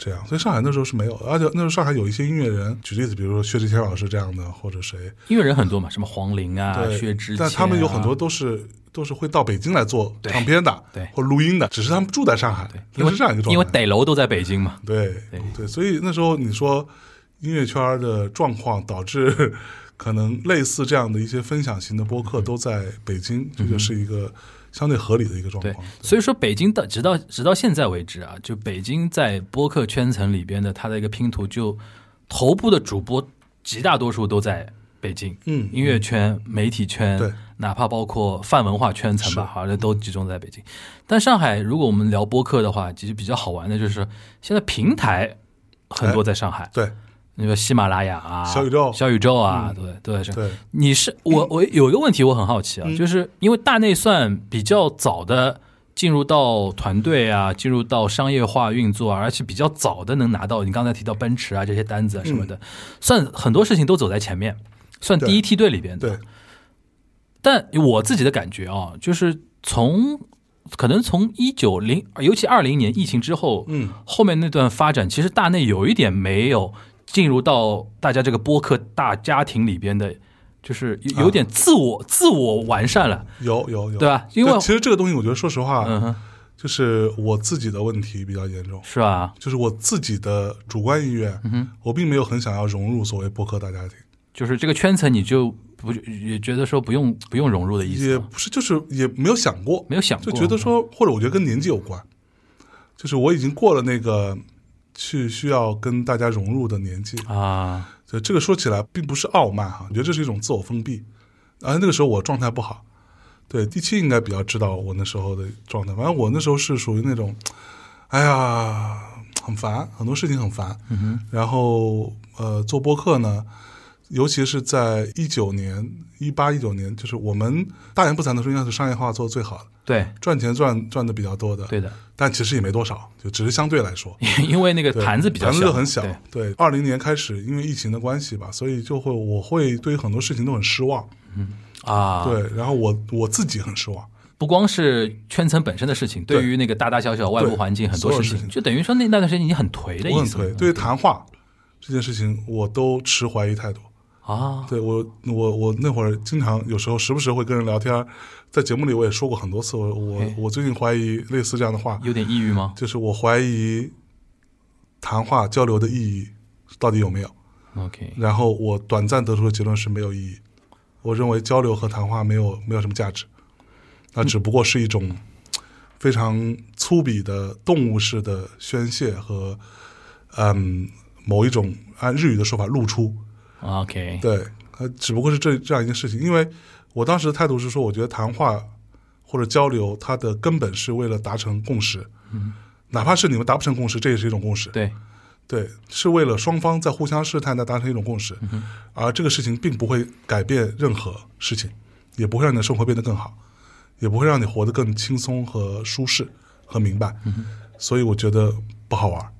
这样，所以上海那时候是没有的，而且那时候上海有一些音乐人，举例子，比如说薛之谦老师这样的，或者谁，
音乐人很多嘛，什么黄龄啊、
对，
薛之谦、
但他们有很多。都是都是会到北京来做
对
唱片的，
对
或录音的，只是他们住在上海，
因
那
为
是这样一个状
因
态，
为逮楼都在北京嘛，
对
对
对，所以那时候你说音乐圈儿的状况导致 [LAUGHS] 可能类似这样的一些分享型的播
嗯
客都在北京，这就是一个哦相对合理的一个状
对
况。，
所以说北京到直到直到现在为止啊，就北京在播客圈层里边的它的一个拼图，就头部的主播极大多数都在北京，
嗯
音乐圈、媒体圈，
对，
哪怕包括泛文化圈层吧，好像都集中在北京。但上海，如果我们聊播客的话，其实比较好玩的就是现在平台很多在上海，
对
那个喜马拉雅啊，
哎小宇宙嗯
小宇宙啊，对对对，
对，
你是我我有一个问题我很好奇啊，就是因为大内算比较早的进入到团队啊，进入到商业化运作啊，而且比较早的能拿到你刚才提到奔驰啊这些单子啊什么的，算很多事情都走在前面，算第一梯队里边的。
对，
但我自己的感觉啊，就是从可能从一九零，尤其二零年疫情之后，
嗯，
后面那段发展，其实大内有一点没有进入到大家这个播客大家庭里边的，就是有有点自我、自我完善了，
有有有，
对吧因为
但其实这个东西，我觉得说实话，
嗯哼，
就是我自己的问题比较严重。
是吧？
就是我自己的主观意愿，
嗯
我并没有很想要融入所谓播客大家庭，
就是这个圈层你就不也觉得说不用不用融入的意思
也
吗，
不是，就是也没有想过，
没有想
就
过，嗯
觉得说，或者我觉得跟年纪有关，就是我已经过了那个去需要跟大家融入的年纪。
啊，
就这个说起来并不是傲慢哈，我觉得这是一种自我封闭。而那个时候我状态不好，对第七应该比较知道我那时候的状态。反正我那时候是属于那种，哎呀，很烦，很多事情很烦。然后呃，做播客呢，尤其是在一九年、一八、一九年，就是我们大言不惭的说，应该是商业化做的最好的，
对
赚钱赚赚的比较多的，
对的， [LAUGHS]
但其实也没多少，就只是相对来说，
因为那个
对
坛子比较小，
盘子就很小
对。
对，二零年开始，因为疫情的关系吧，所以就会我会对于很多事情都很失望。
啊，
对，然后我我自己很失望。
不光是圈层本身的事情，对
对
于那个大大小小外部
对
环境很多
所有
事
事
情，
情
就等于说那那段时间你很颓的
我
意
很
思。
颓，对于谈话这件事情，我都持怀疑态度。
啊，
对我，我我那会儿经常有时候时不时会跟人聊天儿，在节目里我也说过很多次，我我
哎
我最近怀疑类似这样的话，
有点抑郁吗
就是我怀疑谈话交流的意义到底有没有。
？OK，
然后我短暂得出的结论是没有意义。我认为交流和谈话没有没有什么价值，那只不过是一种非常粗鄙的动物式的宣泄和嗯某一种按日语的说法露出。
OK，
对，呃，只不过是这这样一件事情。因为我当时的态度是说，我觉得谈话或者交流，它的根本是为了达成共识，哪怕是你们达不成共识，这也是一种共识。
对，
对，是为了双方在互相试探，在达成一种共识，而这个事情并不会改变任何事情，也不会让你的生活变得更好，也不会让你活得更轻松和舒适和明白，
嗯
所以我觉得不好玩儿。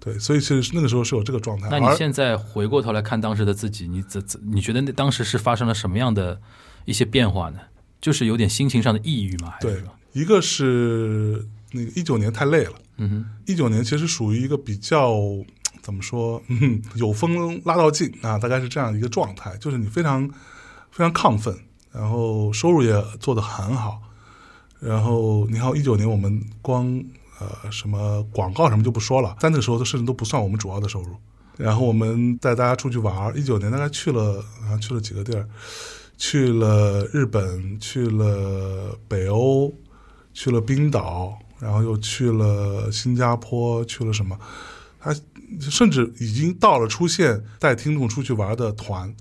对，所以其实那个时候是有这个状态。
那你
而
现在回过头来看当时的自己，你怎怎你觉得那当时是发生了什么样的一些变化呢？就是有点心情上的抑郁吗？还是
对
什么？，
一个是那一九年太累了，
嗯哼，
一九年其实属于一个比较怎么说，嗯，有风拉到劲啊，大概是这样一个状态，就是你非常非常亢奋，然后收入也做得很好，然后你看一九年我们光呃什么广告什么就不说了，在那个时候都甚至都不算我们主要的收入。然后我们带大家出去玩，一九年大概去了啊去了几个地儿，去了日本，去了北欧，去了冰岛，然后又去了新加坡，去了什么？他甚至已经到了出现带听众出去玩的团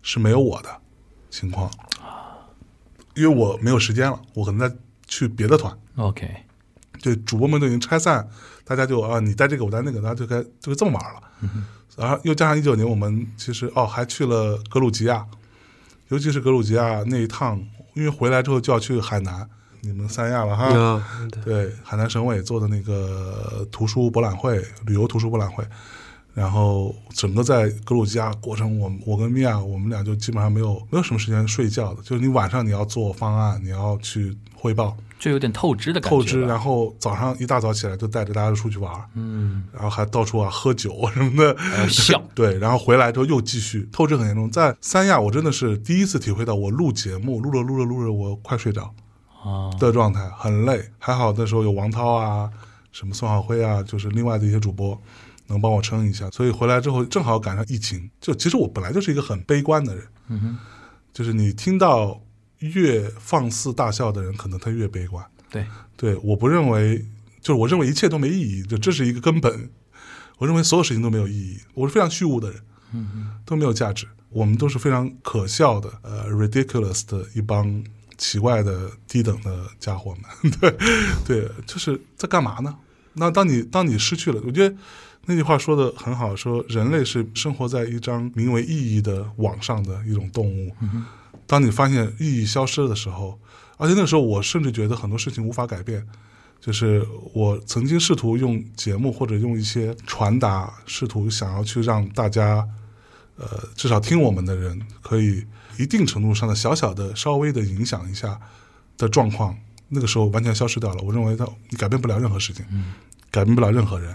是没有我的情况，因为我没有时间了，我可能在去别的团。
，OK，
对，主播们都已经拆散，大家就啊，你带这个，我带那个，大家就该就这么玩了。
嗯
然后又加上一九年，我们其实哦还去了格鲁吉亚，尤其是格鲁吉亚那一趟，因为回来之后就要去海南，你们三亚了哈。
啊，对
对，海南省委做的那个图书博览会，旅游图书博览会，然后整个在格鲁吉亚过程，我我跟米娅，我们俩就基本上没有没有什么时间睡觉的，就是你晚上你要做方案，你要去汇报，
就有点透支的感觉吧。
透支，然后早上一大早起来就带着大家出去玩儿，
嗯，
然后还到处啊喝酒什么的，
还要笑
[LAUGHS] 对，然后回来之后又继续透支很严重。在三亚，我真的是第一次体会到我录节目录着录着录着我快睡着
啊，
的状态，很累。还好那时候有王涛啊，什么宋晓辉啊，就是另外的一些主播。能帮我撑一下，所以回来之后正好赶上疫情。就其实我本来就是一个很悲观的人，
嗯哼，
就是你听到越放肆大笑的人，可能他越悲观。
对，
对，我不认为，就是我认为一切都没意义，就这是一个根本。我认为所有事情都没有意义，我是非常虚无的人，嗯，都没有价值。我们都是非常可笑的，呃，ridiculous 的一帮奇怪的低等的家伙们。 [LAUGHS] 对，对，就是在干嘛呢？那当你当你失去了，我觉得那句话说的很好，说人类是生活在一张名为意义的网上的一种动物。当你发现意义消失的时候，而且那个时候我甚至觉得很多事情无法改变，就是我曾经试图用节目或者用一些传达，试图想要去让大家，呃，至少听我们的人可以一定程度上的小小的稍微的影响一下的状况，那个时候完全消失掉了。我认为他你改变不了任何事情，改变不了任何人，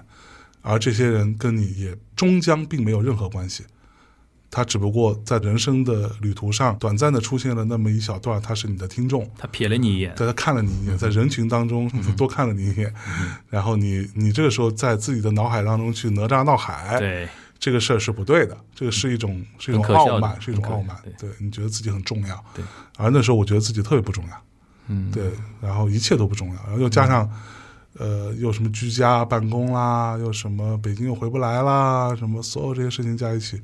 而这些人跟你也终将并没有任何关系。他只不过在人生的旅途上短暂的出现了那么一小段，他是你的听众，
他瞥了你一眼，
在他看了你一眼，在人群当中
嗯
多看了你一眼，然后你你这个时候在自己的脑海当中去哪吒闹海，
对，
这个事儿是不对的，这个是一种是一种
很可笑的
傲慢，是一种
很可
傲慢
对，
对你觉得自己很重要，
对，
而那时候我觉得自己特别不重要，
嗯，
对，然后一切都不重要，然后又加上。呃，又什么居家办公啦，又什么北京又回不来啦，什么所有这些事情加一起，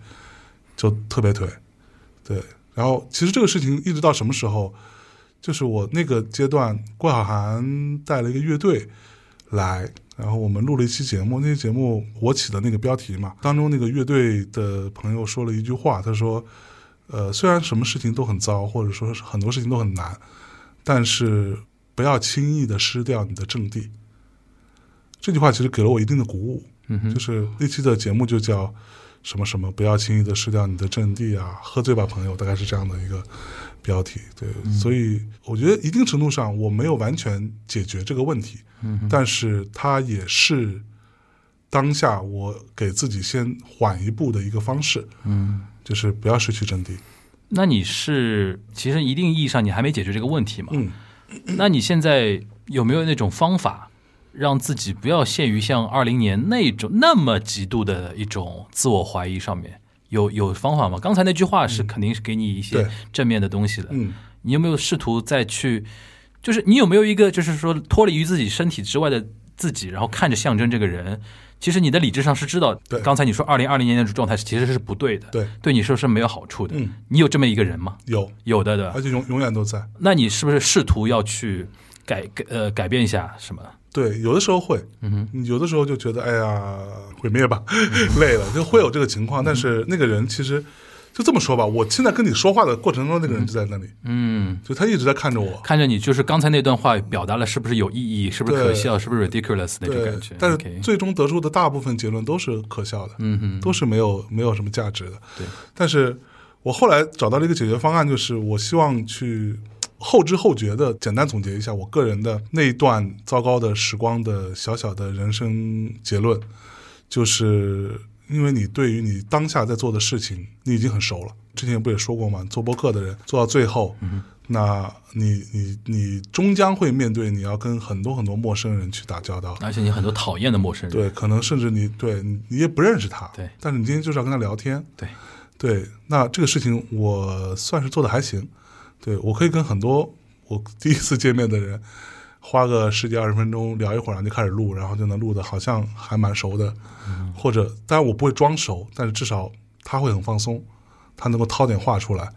就特别颓。对，然后其实这个事情一直到什么时候，就是我那个阶段，郭晓涵带了一个乐队来，然后我们录了一期节目，那期节目我起的那个标题嘛，当中那个乐队的朋友说了一句话，他说：“呃，虽然什么事情都很糟，或者说是很多事情都很难，但是不要轻易的失掉你的阵地。”这句话其实给了我一定的鼓舞。
嗯哼，
就是那期的节目就叫什么什么，不要轻易的失掉你的阵地啊，喝醉吧朋友，大概是这样的一个标题。对，
嗯
所以我觉得一定程度上我没有完全解决这个问题，
嗯
但是它也是当下我给自己先缓一步的一个方式，
嗯。
就是不要失去阵地。
那你是其实一定意义上你还没解决这个问题嘛？
嗯，
那你现在有没有那种方法，让自己不要陷于像二零年那种那么极度的一种自我怀疑上面？有有方法吗？刚才那句话是肯定是给你一些
嗯对
正面的东西的。
嗯，
你有没有试图再去，就是你有没有一个就是说脱离于自己身体之外的自己，然后看着象征这个人？其实你的理智上是知道
对，
刚才你说二零二零年那种状态是其实是不对的，
对，
对你说是没有好处的。
嗯呃
你有这么一个人吗？
有，
有的，对吧
而且永永远都在。
那你是不是试图要去改改呃改变一下什么？
对，有的时候会，嗯，有的时候就觉得哎呀，毁灭吧， [LAUGHS] 累了，就会有这个情况。但是那个人其实就这么说吧，我现在跟你说话的过程中，那个人就在那里，
嗯，
就他一直在看着我。
看着你就是刚才那段话表达了是不是有意义，是不是可笑，是不是 ridiculous 那种
对
感觉？，
但
OK
是最终得出的大部分结论都是可笑的，
嗯哼，
都是没有没有什么价值的。
对，
但是我后来找到了一个解决方案，就是我希望去后知后觉的简单总结一下我个人的那一段糟糕的时光的小小的人生结论，就是因为你对于你当下在做的事情，你已经很熟了。之前不也说过吗？做播客的人做到最后，
嗯
那你你你终将会面对你要跟很多很多陌生人去打交道，
而且你很多讨厌的陌生人，
对，可能甚至你对你你也不认识他，
对
但是你今天就是要跟他聊天，
对，
对，那这个事情我算是做的还行，对我可以跟很多我 [LAUGHS] 第一次见面的人花个十几二十分钟聊一会儿，然后就开始录，然后就能录的好像还蛮熟的，或者当然我不会装熟，但是至少他会很放松，他能够掏点话出来，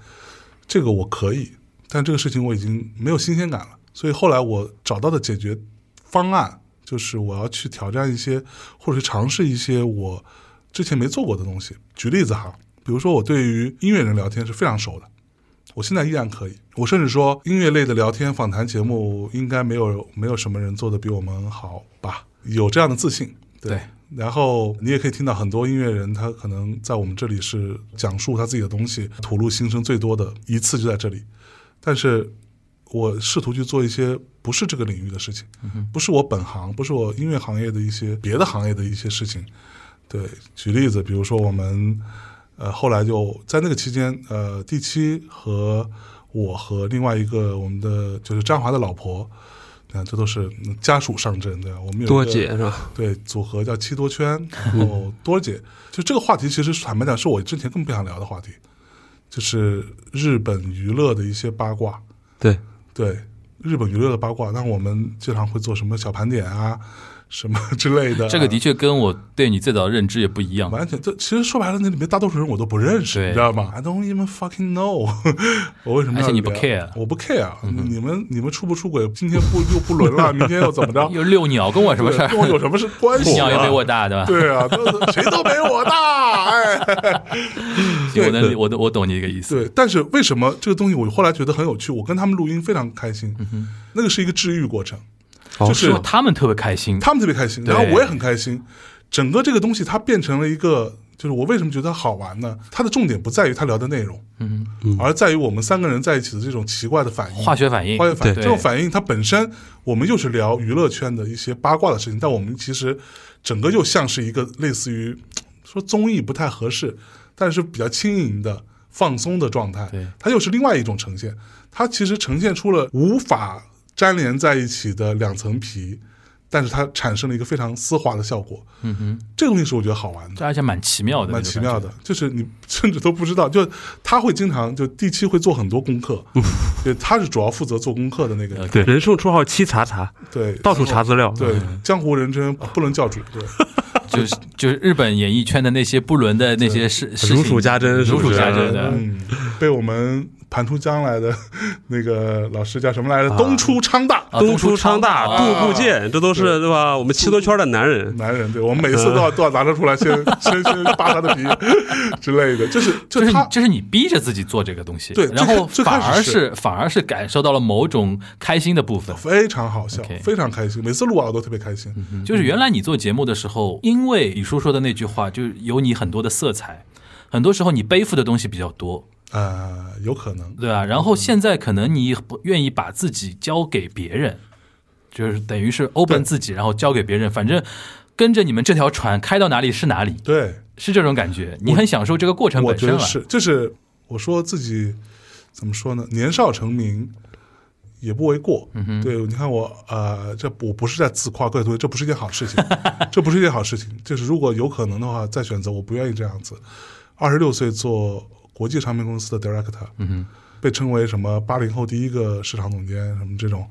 这个我可以，但这个事情我已经没有新鲜感了，所以后来我找到的解决方案就是我要去挑战一些，或者是尝试一些我之前没做过的东西。举例子哈，比如说我对于音乐人聊天是非常熟的，我现在依然可以。我甚至说，音乐类的聊天访谈节目应该没有没有什么人做的比我们好吧？有这样的自信，
对
然后你也可以听到很多音乐人，他可能在我们这里是讲述他自己的东西，吐露心声最多的一次就在这里。但是，我试图去做一些不是这个领域的事情，
嗯
不是我本行，不是我音乐行业的一些别的行业的一些事情。对，举例子，比如说我们呃后来就在那个期间，呃，第七和我和另外一个我们的就是张华的老婆，啊，这都是家属上阵，对吧？我们有一个
多姐是吧？
对组合叫
[LAUGHS]
七多圈，然后多姐，就这个话题其实坦白讲是我之前更不想聊的话题，就是日本娱乐的一些八卦，
对，
对日本娱乐的八卦，那我们经常会做什么小盘点啊，什么之类的啊，
这个的确跟我对你最早的认知也不一样。
完全，这其实说白了，那里面大多数人我都不认识，
对
你知道吗？I don't even fucking know，我 [LAUGHS] 为什么要
而且你不
聊
care 嗯
我不 care，、你啊们你们出不出轨，今天不又不伦了，明天又怎么着？
[LAUGHS] 又遛鸟跟我什么事
对
儿？
跟我有什么事关系、啊？
[LAUGHS] 鸟又没我大，对吧？
[LAUGHS] 对啊，都谁都没我大，哎，
对我能，我懂，我懂你这个意思。
[LAUGHS] 对。但是为什么这个东西我后来觉得很有趣？我跟他们录音非常开心，那个是一个治愈过程，
哦
就是
说他们特别开心，
他们特别开心，
对
然后我也很开心。整个这个东西它变成了一个，就是我为什么觉得好玩呢？它的重点不在于他聊的内容，
嗯，
而在于我们三个人在一起的这种奇怪的反应。
化学反应，
化学反应，
对
这种反应它本身，我们又是聊娱乐圈的一些八卦的事情，但我们其实整个又像是一个类似于说综艺不太合适，但是比较轻盈的放松的状态
对，
它又是另外一种呈现。它其实呈现出了无法粘连在一起的两层皮，但是它产生了一个非常丝滑的效果。
嗯哼，
这个东西是我觉得好玩的。
这而且蛮奇妙的，
蛮
那种
奇妙
感觉
的，就是你甚至都不知道，就他会经常就第七会做很多功课，
嗯
[LAUGHS] 对，他是主要负责做功课的那个人，
对
人送绰号七查查，
对，
到处查资料。
对，江湖人称不伦教主，
[LAUGHS]
对，
就是就是日本演艺圈的那些不伦的那些事事情，
如数家珍是
如
不是
数家珍的。
嗯嗯，被我们盘出江来的那个老师叫什么来着？东出昌大。
啊
东出昌大，
啊
步步见，这都是对吧？我们七多圈的男人，
男人，对我们每次都
嗯
要都要拿他出来先先先扒他
[LAUGHS]
的皮之类的，就是
这
就
是你
他
这是你逼着自己做这个东西，
对
然后
最开
反
最开
而
始是
是反而是感受到了某种开心的部分。
非常好笑
OK 嗯
非常开心，每次录啊完我都特别开心。
就是原来你做节目的时候，因为李叔说的那句话，就是有你很多的色彩，很多时候你背负的东西比较多，
呃，有可能，
对吧？然后现在可能你不愿意把自己交给别人，就是等于是 open
对
自己，然后交给别人，反正跟着你们这条船开到哪里是哪里，
对，
是这种感觉。你很享受这个过程
我
本
觉
身
得
了，
是，就是我说自己怎么说呢？年少成名也不为过。嗯、对，你看我呃，这我不是在自夸，各位同学，这不是一件好事情， [LAUGHS] 这不是一件好事情。就是如果有可能的话，再选择，我不愿意这样子。二十六岁做国际唱片公司的 director，嗯哼，被称为什么八零后第一个市场总监什么这种，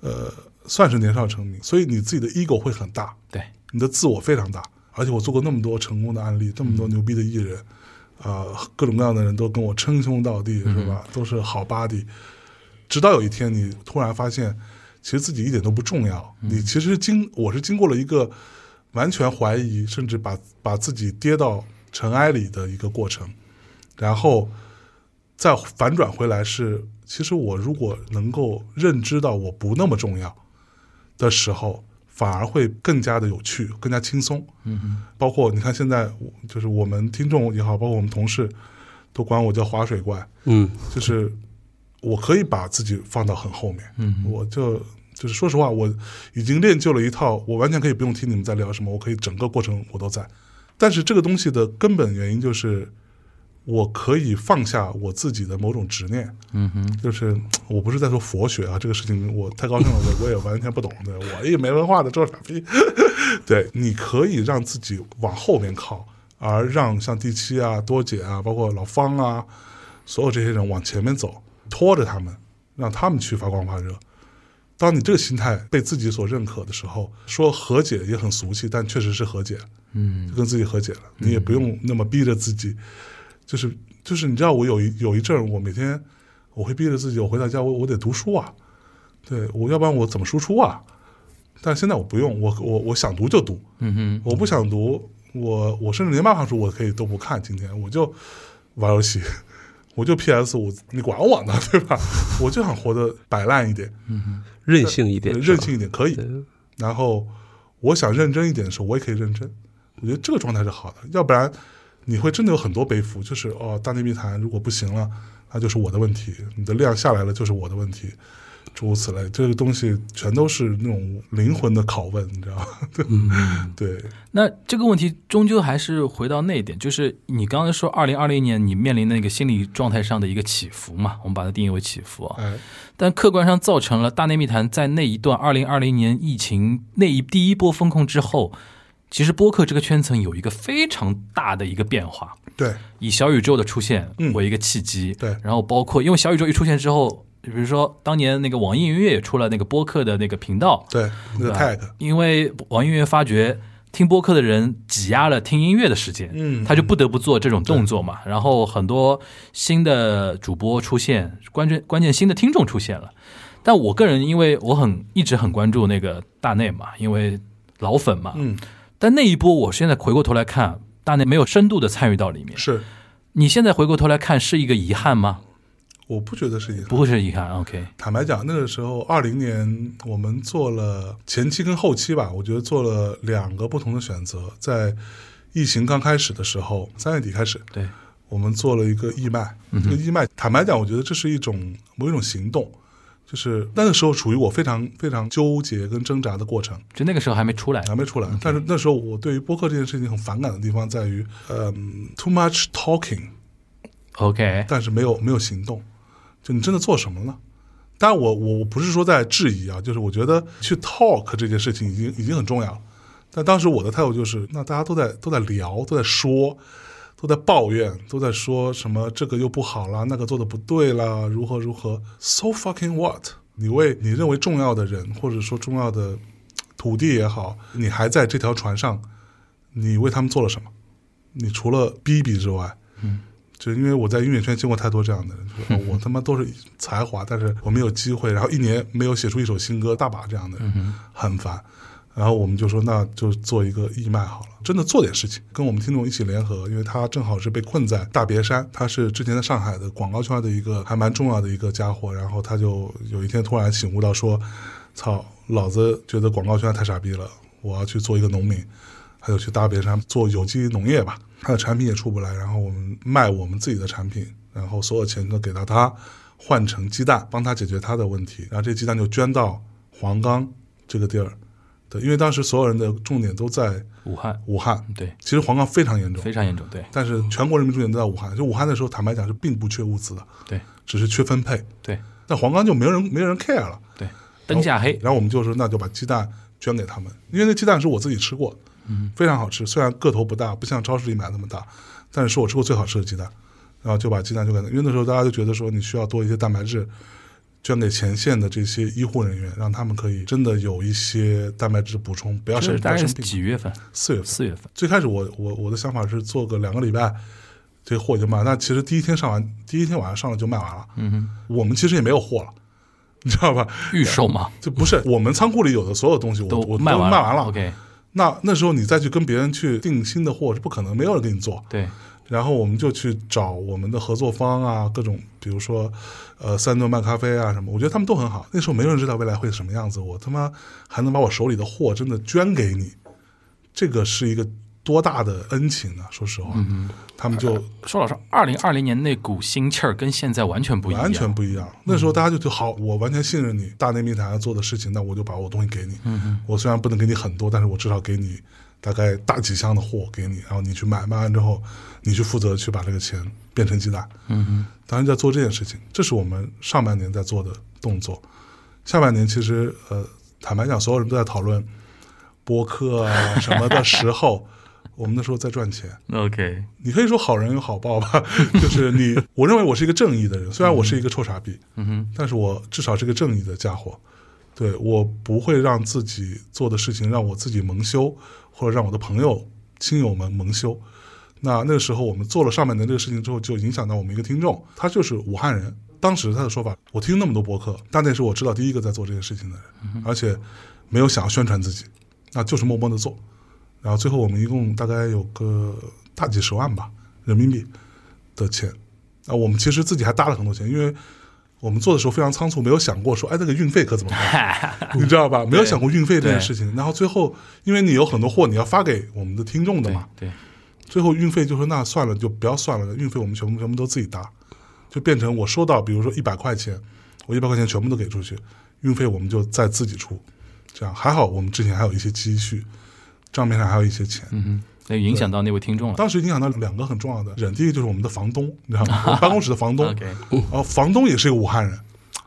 呃，算是年少成名，所以你自己的 ego 会很大。
对，
你的自我非常大。而且我做过那么多成功的案例，这么多牛逼的艺人，啊、各种各样的人都跟我称兄道弟，是吧？都是好 buddy。直到有一天，你突然发现，其实自己一点都不重要。你其实经我是经过了一个完全怀疑，甚至把把自己跌到尘埃里的一个过程，然后再反转回来是，其实我如果能够认知到我不那么重要，的时候，反而会更加的有趣，更加轻松。嗯，包括你看现在，我就是我们听众也好，包括我们同事，都管我叫划水怪，
嗯，
就是我可以把自己放到很后面。嗯，我就就是说实话，我已经练就了一套，我完全可以不用听你们在聊什么，我可以整个过程我都在。但是这个东西的根本原因就是。我可以放下我自己的某种执念，嗯哼，就是我不是在说佛学啊，这个事情我太高兴了，我我也完全不懂，对我一没文化的这傻逼， [LAUGHS] 对，你可以让自己往后面靠，而让像第七啊、多姐啊，包括老方啊，所有这些人往前面走，拖着他们，让他们去发光发热。当你这个心态被自己所认可的时候，说和解也很俗气，但确实是和解，嗯，就跟自己和解了，你也不用那么逼着自己，就是就是你知道我有一有一阵儿，我每天我会逼着自己，我回到家我我得读书啊，对我要不然我怎么输出啊？但现在我不用，我我我想读就读，嗯哼，我不想读，我我甚至连漫画书我可以都不看，今天我就玩游戏，我就 PS 五，你管我呢，对吧？我就想活得摆烂一点，
任性一点，
呃
是吧
任性一点可以。然后我想认真一点的时候，我也可以认真。我觉得这个状态是好的，要不然你会真的有很多背负，就是哦，大内密谈如果不行了，那就是我的问题；你的量下来了，就是我的问题。诸如此类，这个东西全都是那种灵魂的拷问，你知道吗？ [LAUGHS] 对，
那这个问题终究还是回到那一点，就是你刚才说，二零二零年你面临那个心理状态上的一个起伏嘛，我们把它定义为起伏啊。
哎，
但客观上造成了大内密谈在那一段二零二零年疫情那一第一波风控之后，其实播客这个圈层有一个非常大的一个变化，
对，
以小宇宙的出现
嗯
为一个契机，
对
然后包括因为小宇宙一出现之后，比如说当年那个网易云音乐也出了那个播客的那个频道，
对，那个
吧
tag，
因为网易云音乐发觉听播客的人挤压了听音乐的时间，
嗯
他就不得不做这种动作嘛。然后很多新的主播出现，关键关键新的听众出现了。但我个人因为我很一直很关注那个大内嘛，因为老粉嘛，
嗯，
但那一波我现在回过头来看，大内没有深度的参与到里面。
是，
你现在回过头来看是一个遗憾吗？
我不觉得是一个
不会是遗憾，OK，
坦白讲，那个时候二零年，我们做了前期跟后期吧，我觉得做了两个不同的选择。在疫情刚开始的时候，三月底开始，
对，
我们做了一个义卖。这个义卖，坦白讲，我觉得这是一种某一种行动，就是那个时候处于我非常非常纠结跟挣扎的过程。
就那个时候还没出来，
还没出来。但是那时候我对于播客这件事情很反感的地方在于，嗯，too much talking。
，OK，
但是没有没有行动，就你真的做什么了？当然我，我我不是说在质疑啊，就是我觉得去 talk 这件事情已经已经很重要了。但当时我的态度就是，那大家都在都在聊，都在说，都在抱怨，都在说什么这个又不好啦，那个做的不对啦，如何如何？So fucking what？你为你认为重要的人，或者说重要的土地也好，你还在这条船上，你为他们做了什么？你除了逼逼之外，就是因为我在音乐圈见过太多这样的人，就是哦我他妈都是才华，但是我没有机会，然后一年没有写出一首新歌，大把这样的人，很烦。然后我们就说，那就做一个义卖好了，真的做点事情，跟我们听众一起联合，因为他正好是被困在大别山，他是之前在上海的广告圈的一个还蛮重要的一个家伙，然后他就有一天突然醒悟到说，操，老子觉得广告圈太傻逼了，我要去做一个农民，他就去大别山做有机农业吧，他的产品也出不来，然后我们卖我们自己的产品，然后所有钱都给到他，换成鸡蛋，帮他解决他的问题，然后这鸡蛋就捐到黄冈这个地儿。对，因为当时所有人的重点都在
武汉，
武汉，
对，
其实黄冈非常严重，
非常严重，对
但是全国人民重点都在武汉。就武汉的时候，坦白讲是并不缺物资的，
对
只是缺分配。
对
但黄冈就没有人没有人 care 了，
对，灯下黑，
然后我们就说那就把鸡蛋捐给他们，因为那鸡蛋是我自己吃过，嗯，非常好吃，虽然个头不大，不像超市里买那么大，但是是我吃过最好吃的鸡蛋。然后就把鸡蛋就给他，因为那时候大家就觉得说你需要多一些蛋白质，捐给前线的这些医护人员，让他们可以真的有一些蛋白质补充，不要
这
生
是
不
大
要
概
生
是
病。
几月份？
四月份，
四月份，
最开始我我我的想法是做个两个礼拜，这货就卖。那其实第一天上完，第一天晚上上了就卖完了。嗯哼，我们其实也没有货了，你知道吧？
预售嘛，
就不是我们仓库里有的所有东西我，我
嗯卖
都
完
卖完了。
OK，
那那时候你再去跟别人去订新的货是不可能，没有人给你做。
对，
然后我们就去找我们的合作方啊，各种，比如说，呃，三顿半咖啡啊什么，我觉得他们都很好。那时候没有人知道未来会是什么样子，我他妈还能把我手里的货真的捐给你，这个是一个多大的恩情呢、说实话，
嗯
他们就
说老实话，二零二零年那股心气儿跟现在完全不一样，嗯
完全不一样。那时候大家就觉得好，我完全信任你，大内密谈做的事情，那我就把我东西给你。
嗯
我虽然不能给你很多，但是我至少给你大概大几箱的货给你，然后你去买，卖完之后，你去负责去把这个钱变成鸡蛋。
嗯
当然在做这件事情，这是我们上半年在做的动作。下半年其实呃，坦白讲，所有人都在讨论播客啊什么的时候，我们那时候在赚钱。
OK，
你可以说好人有好报吧， [LAUGHS] 就是你，我认为我是一个正义的人，虽然我是一个臭傻逼，嗯哼，但是我至少是个正义的家伙。对我不会让自己做的事情让我自己蒙羞，或者让我的朋友、亲友们蒙羞。那那个时候我们做了上半年这个事情之后，就影响到我们一个听众，他就是武汉人。当时他的说法，我听那么多博客，但那是我知道第一个在做这件事情的人，而且没有想要宣传自己，那就是默默的做。然后最后我们一共大概有个大几十万吧人民币的钱，啊，我们其实自己还搭了很多钱，因为我们做的时候非常仓促，没有想过说，哎，那个运费可怎么
[LAUGHS]
办，你知道吧？没有想过运费这件事情。然后最后，因为你有很多货你要发给我们的听众的
[LAUGHS] 对
嘛，
对，
最后运费就说那算了，就不要算了，运费我们全部全部都自己搭，就变成我收到，比如说一百块钱，我一百块钱全部都给出去，运费我们就再自己出，这样还好，我们之前还有一些积蓄，账面上还有一些钱。
嗯哼，那影响到那位听众了。
当时影响到两个很重要的人，第一个就是我们的房东，你知道吗？我们办公室的房东，
[LAUGHS] OK
哦，房东也是一个武汉人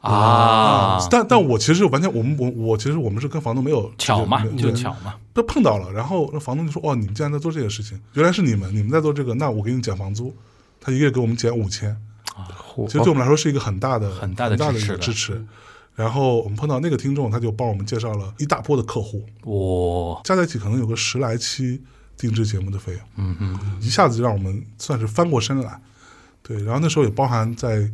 呃
啊，
但但我其实完全，我们我我其实我们是跟房东没有
巧嘛，
没有
就巧嘛，
都碰到了，然后那房东就说：“哦，你们竟然在做这些事情，原来是你们，你们在做这个，那我给你减房租。”他一个月给我们减五千，其实对我们来说是一个很大的、
哦很
很
大的
的
支
一
持
个
的
支持。然后我们碰到那个听众，他就帮我们介绍了一大波的客户，
哇，
加在一起可能有个十来期定制节目的费用，嗯嗯，一下子就让我们算是翻过身来。对，然后那时候也包含在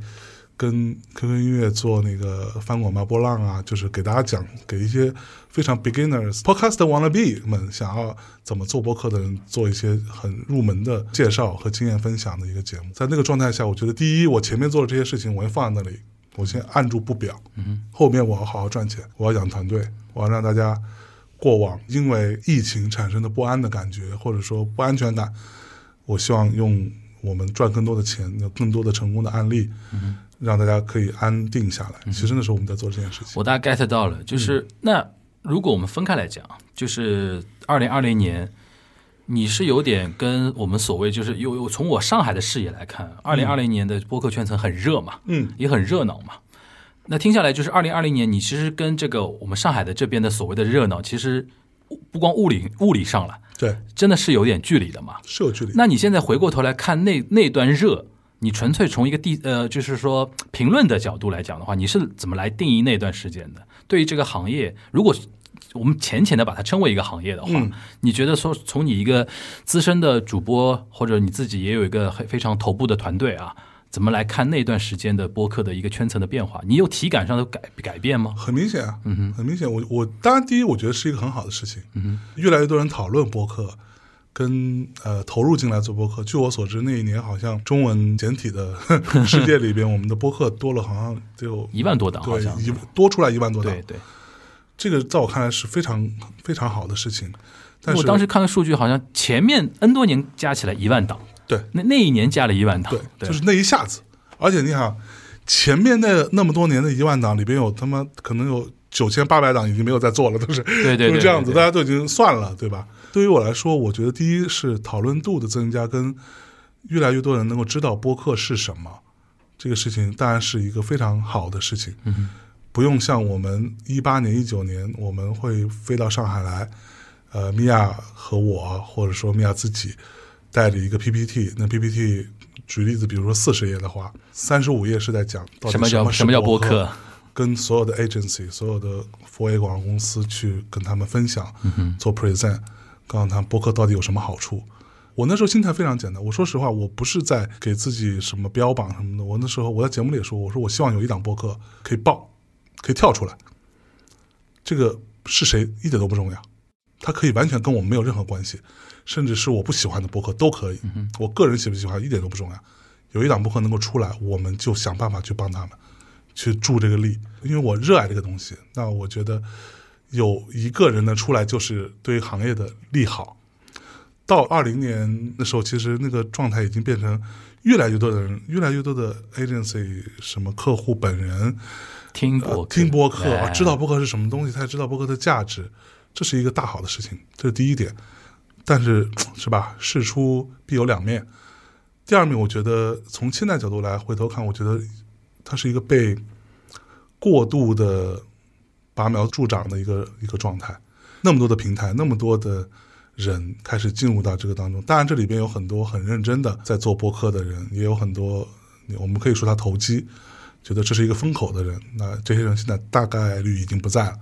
跟 QQ 音乐做那个翻滚吧波浪啊，就是给大家讲，给一些非常 beginners podcast wanna be 们想要怎么做播客的人做一些很入门的介绍和经验分享的一个节目。在那个状态下，我觉得第一，我前面做的这些事情，我先放在那里，我先按住不表，嗯，后面我要好好赚钱，我要养团队，我要让大家过往因为疫情产生的不安的感觉，或者说不安全感，我希望用我们赚更多的钱，有更多的成功的案例，让大家可以安定下来。其实那时候我们在做这件事情，
我大概 get 到了，就是、那如果我们分开来讲，就是二零二零年。你是有点跟我们所谓就是有有从我上海的视野来看，二零二零年的播客圈层很热嘛，
嗯，
也很热闹嘛。那听下来就是二零二零年，你其实跟这个我们上海的这边的所谓的热闹，其实不光物理物理上了，
对，
真的是有点距离的嘛。
是有距离。
那你现在回过头来看那那段热，你纯粹从一个第呃，就是说评论的角度来讲的话，你是怎么来定义那段时间的？对于这个行业，如果我们浅浅的把它称为一个行业的话，
嗯
你觉得说从你一个资深的主播，或者你自己也有一个很非常头部的团队啊，怎么来看那段时间的播客的一个圈层的变化？你有体感上的改改变吗？
很明显啊，
嗯
很明显。我我当然第一，我觉得是一个很好的事情，
嗯
越来越多人讨论播客，跟呃投入进来做播客。据我所知，那一年好像中文简
[LAUGHS]
体的世界里边，我们的播客多了，好像就
一万多档好
对
像，
一多出来一万多档
对，对。
这个在我看来是非常非常好的事情。但
我
是
当时看了数据，好像前面 N 多年加起来一万档，
对
那那一年加了一万档
对，，就是那一下子，而且你想，前面那那么多年的一万档里边有他妈可能有九千八百档已经没有在做了，都是
对对
就是
对
这样子，
对
大家都已经算了，对吧？对于我来说，我觉得第一是讨论度的增加，跟越来越多人能够知道播客是什么，这个事情当然是一个非常好的事情。嗯、不用像我们一八年、一九年，我们会飞到上海来，呃，米娅和我，或者说米娅自己带着一个 PPT，那 PPT 举例子，比如说四十页的话，三十五页是在讲到底
什么叫
什
什么叫
播
播客？
跟所有的 agency、所有的 4A 广告公司去跟他们分享，做 present，告诉他播客到底有什么好处。我那时候心态非常简单，我说实话，我不是在给自己什么标榜什么的。我那时候我在节目里也说，我说我希望有一档播客可以爆，可以跳出来。这个是谁一点都不重要，它可以完全跟我们没有任何关系，甚至是我不喜欢的播客都可以。我个人喜不喜欢一点都不重要，有一档播客能够出来，我们就想办法去帮他们。去助这个力，因为我热爱这个东西。那我觉得有一个人呢出来，就是对行业的利好。到二零年的时候，其实那个状态已经变成越来越多的人，越来越多的 agency 什么客户本人
听
呃
播客
听播客、啊，
哎
知道播客是什么东西，他也知道播客的价值，这是一个大好的事情，这是第一点。但是是吧，事出必有两面。第二面，我觉得从现在角度来回头看，我觉得它是一个被过度的拔苗助长的一个一个状态。那么多的平台，那么多的人开始进入到这个当中。当然，这里边有很多很认真的在做播客的人，也有很多我们可以说他投机，觉得这是一个风口的人。那这些人现在大概率已经不在了。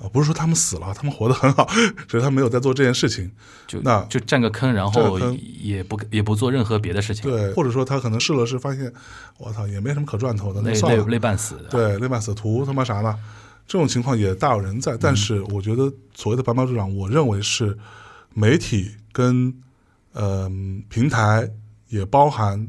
啊，不是说他们死了，他们活得很好， [LAUGHS] 只是他没有在做这件事情。
就
那
就占个坑，然
占个
后
坑
也不也不做任何别的事情，
对，或者说他可能试了试，发现我操也没什么可赚头的，那
累
算
累
了。
累半死的。
对，累半死图他妈啥呢？这种情况也大有人在。但是我觉得所谓的白马助长，我认为是媒体跟嗯、平台也包含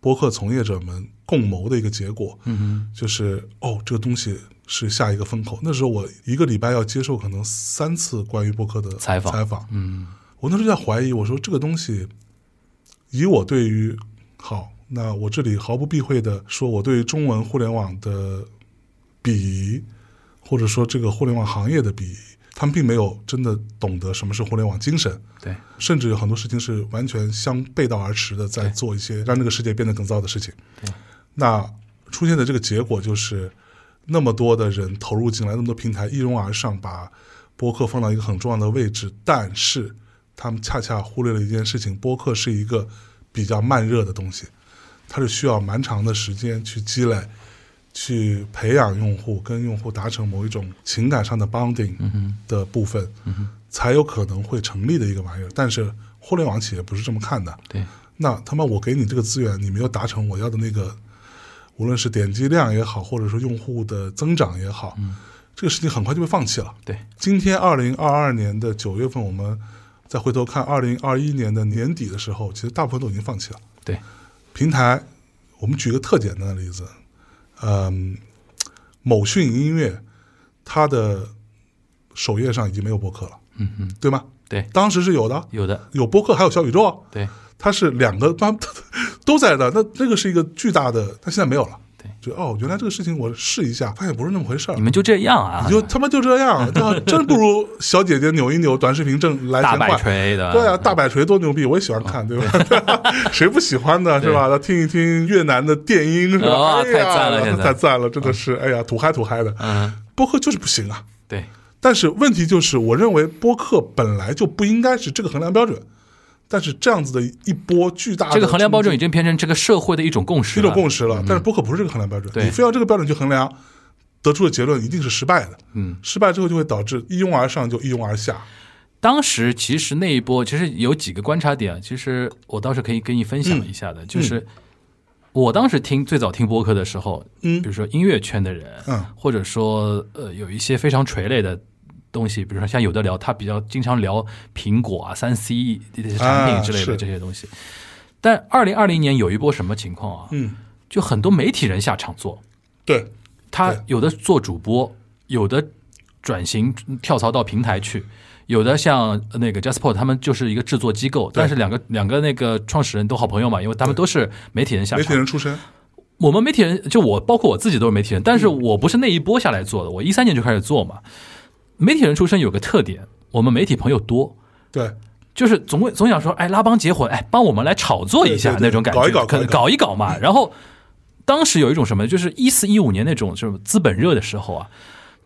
播客从业者们共谋的一个结果。嗯就是哦，这个东西是下一个风口。那时候我一个礼拜要接受可能三次关于播客的
采访
采访，
嗯，
我那时候在怀疑，我说这个东西，以我对于好，那我这里毫不避讳的说，我对于中文互联网的鄙夷，或者说这个互联网行业的鄙夷，他们并没有真的懂得什么是互联网精神，
对，
甚至有很多事情是完全相背道而驰的，在做一些让这个世界变得更糟的事情。那出现的这个结果就是，那么多的人投入进来，那么多平台一拥而上，把播客放到一个很重要的位置，但是他们恰恰忽略了一件事情：播客是一个比较慢热的东西，它是需要蛮长的时间去积累。去培养用户，跟用户达成某一种情感上的 bonding 的部分，才有可能会成立的一个玩意儿。但是互联网企业不是这么看的，
对，
那他妈我给你这个资源，你没有达成我要的那个，无论是点击量也好，或者说用户的增长也好，这个事情很快就被放弃了。
对，
今天二零二二年的九月份，我们再回头看二零二一年的年底的时候，其实大部分都已经放弃了。
对，
平台，我们举一个特简单的例子，嗯，某讯音乐它的首页上已经没有播客了，
嗯嗯，
对吗？
对，
当时是有的，
有的，
有播客，还有小宇宙啊，
对，
它是两个它 [LAUGHS] 都在的。那这个是一个巨大的，它现在没有了。
对，
就哦，原来这个事情我试一下，发现不是那么回事儿
你。们就这样啊
你，就他妈就这样，那真不如小姐姐扭一扭，短视频挣来
大
钱
摆
快。
锤的，
对啊，大摆锤多牛逼，我也喜欢
哦
看，对吧？ [LAUGHS] 谁不喜欢呢？是吧？那听一听越南的电音，是吧？
哦
哎呀
太赞了现在
太赞了，真的是，哎呀，土嗨土嗨的。
嗯，
播客就是不行啊。
对，
但是问题就是，我认为播客本来就不应该是这个衡量标准，但是这样子的一波巨大的
这个衡量标准
冲
已经变成这个社会的一种共
击
识
是一
了，
种共识了，但是播客不是这个衡量标准，
嗯对
你非要这个标准去衡量，得出的结论一定是失败的。
嗯，
失败之后就会导致一拥而上就一拥而下。
当时其实那一波，其实有几个观察点，其实我倒是可以跟你分
嗯
享一下的，就是我当时听最早听播客的时候，
嗯
比如说音乐圈的人，
嗯
或者说呃有一些非常垂类的东西，比如说像有的聊，他比较经常聊苹果啊、三 C 这些产
啊
品之类的
是
这些东西。但二零二零年有一波什么情况啊？
嗯，
就很多媒体人下场做，
对，
他
对
有的做主播，有的转型跳槽到平台去，有的像呃那个 Jasper 他们就是一个制作机构，但是两个两个那个创始人都好朋友嘛，因为他们都是媒体人下
媒体
场。
人出身，
我们媒体人就我包括我自己都是媒体人，但是我不是那一波下来做的，我一三年就开始做嘛。媒体人出身有个特点，我们媒体朋友多。
对，
就是总会总想说，哎，拉帮结伙，哎，帮我们来炒作一下
对对对
那种感觉，
搞一搞
可能
搞嗯
搞一搞嘛。然后当时有一种什么，就是一四一五年那种就是资本热的时候啊，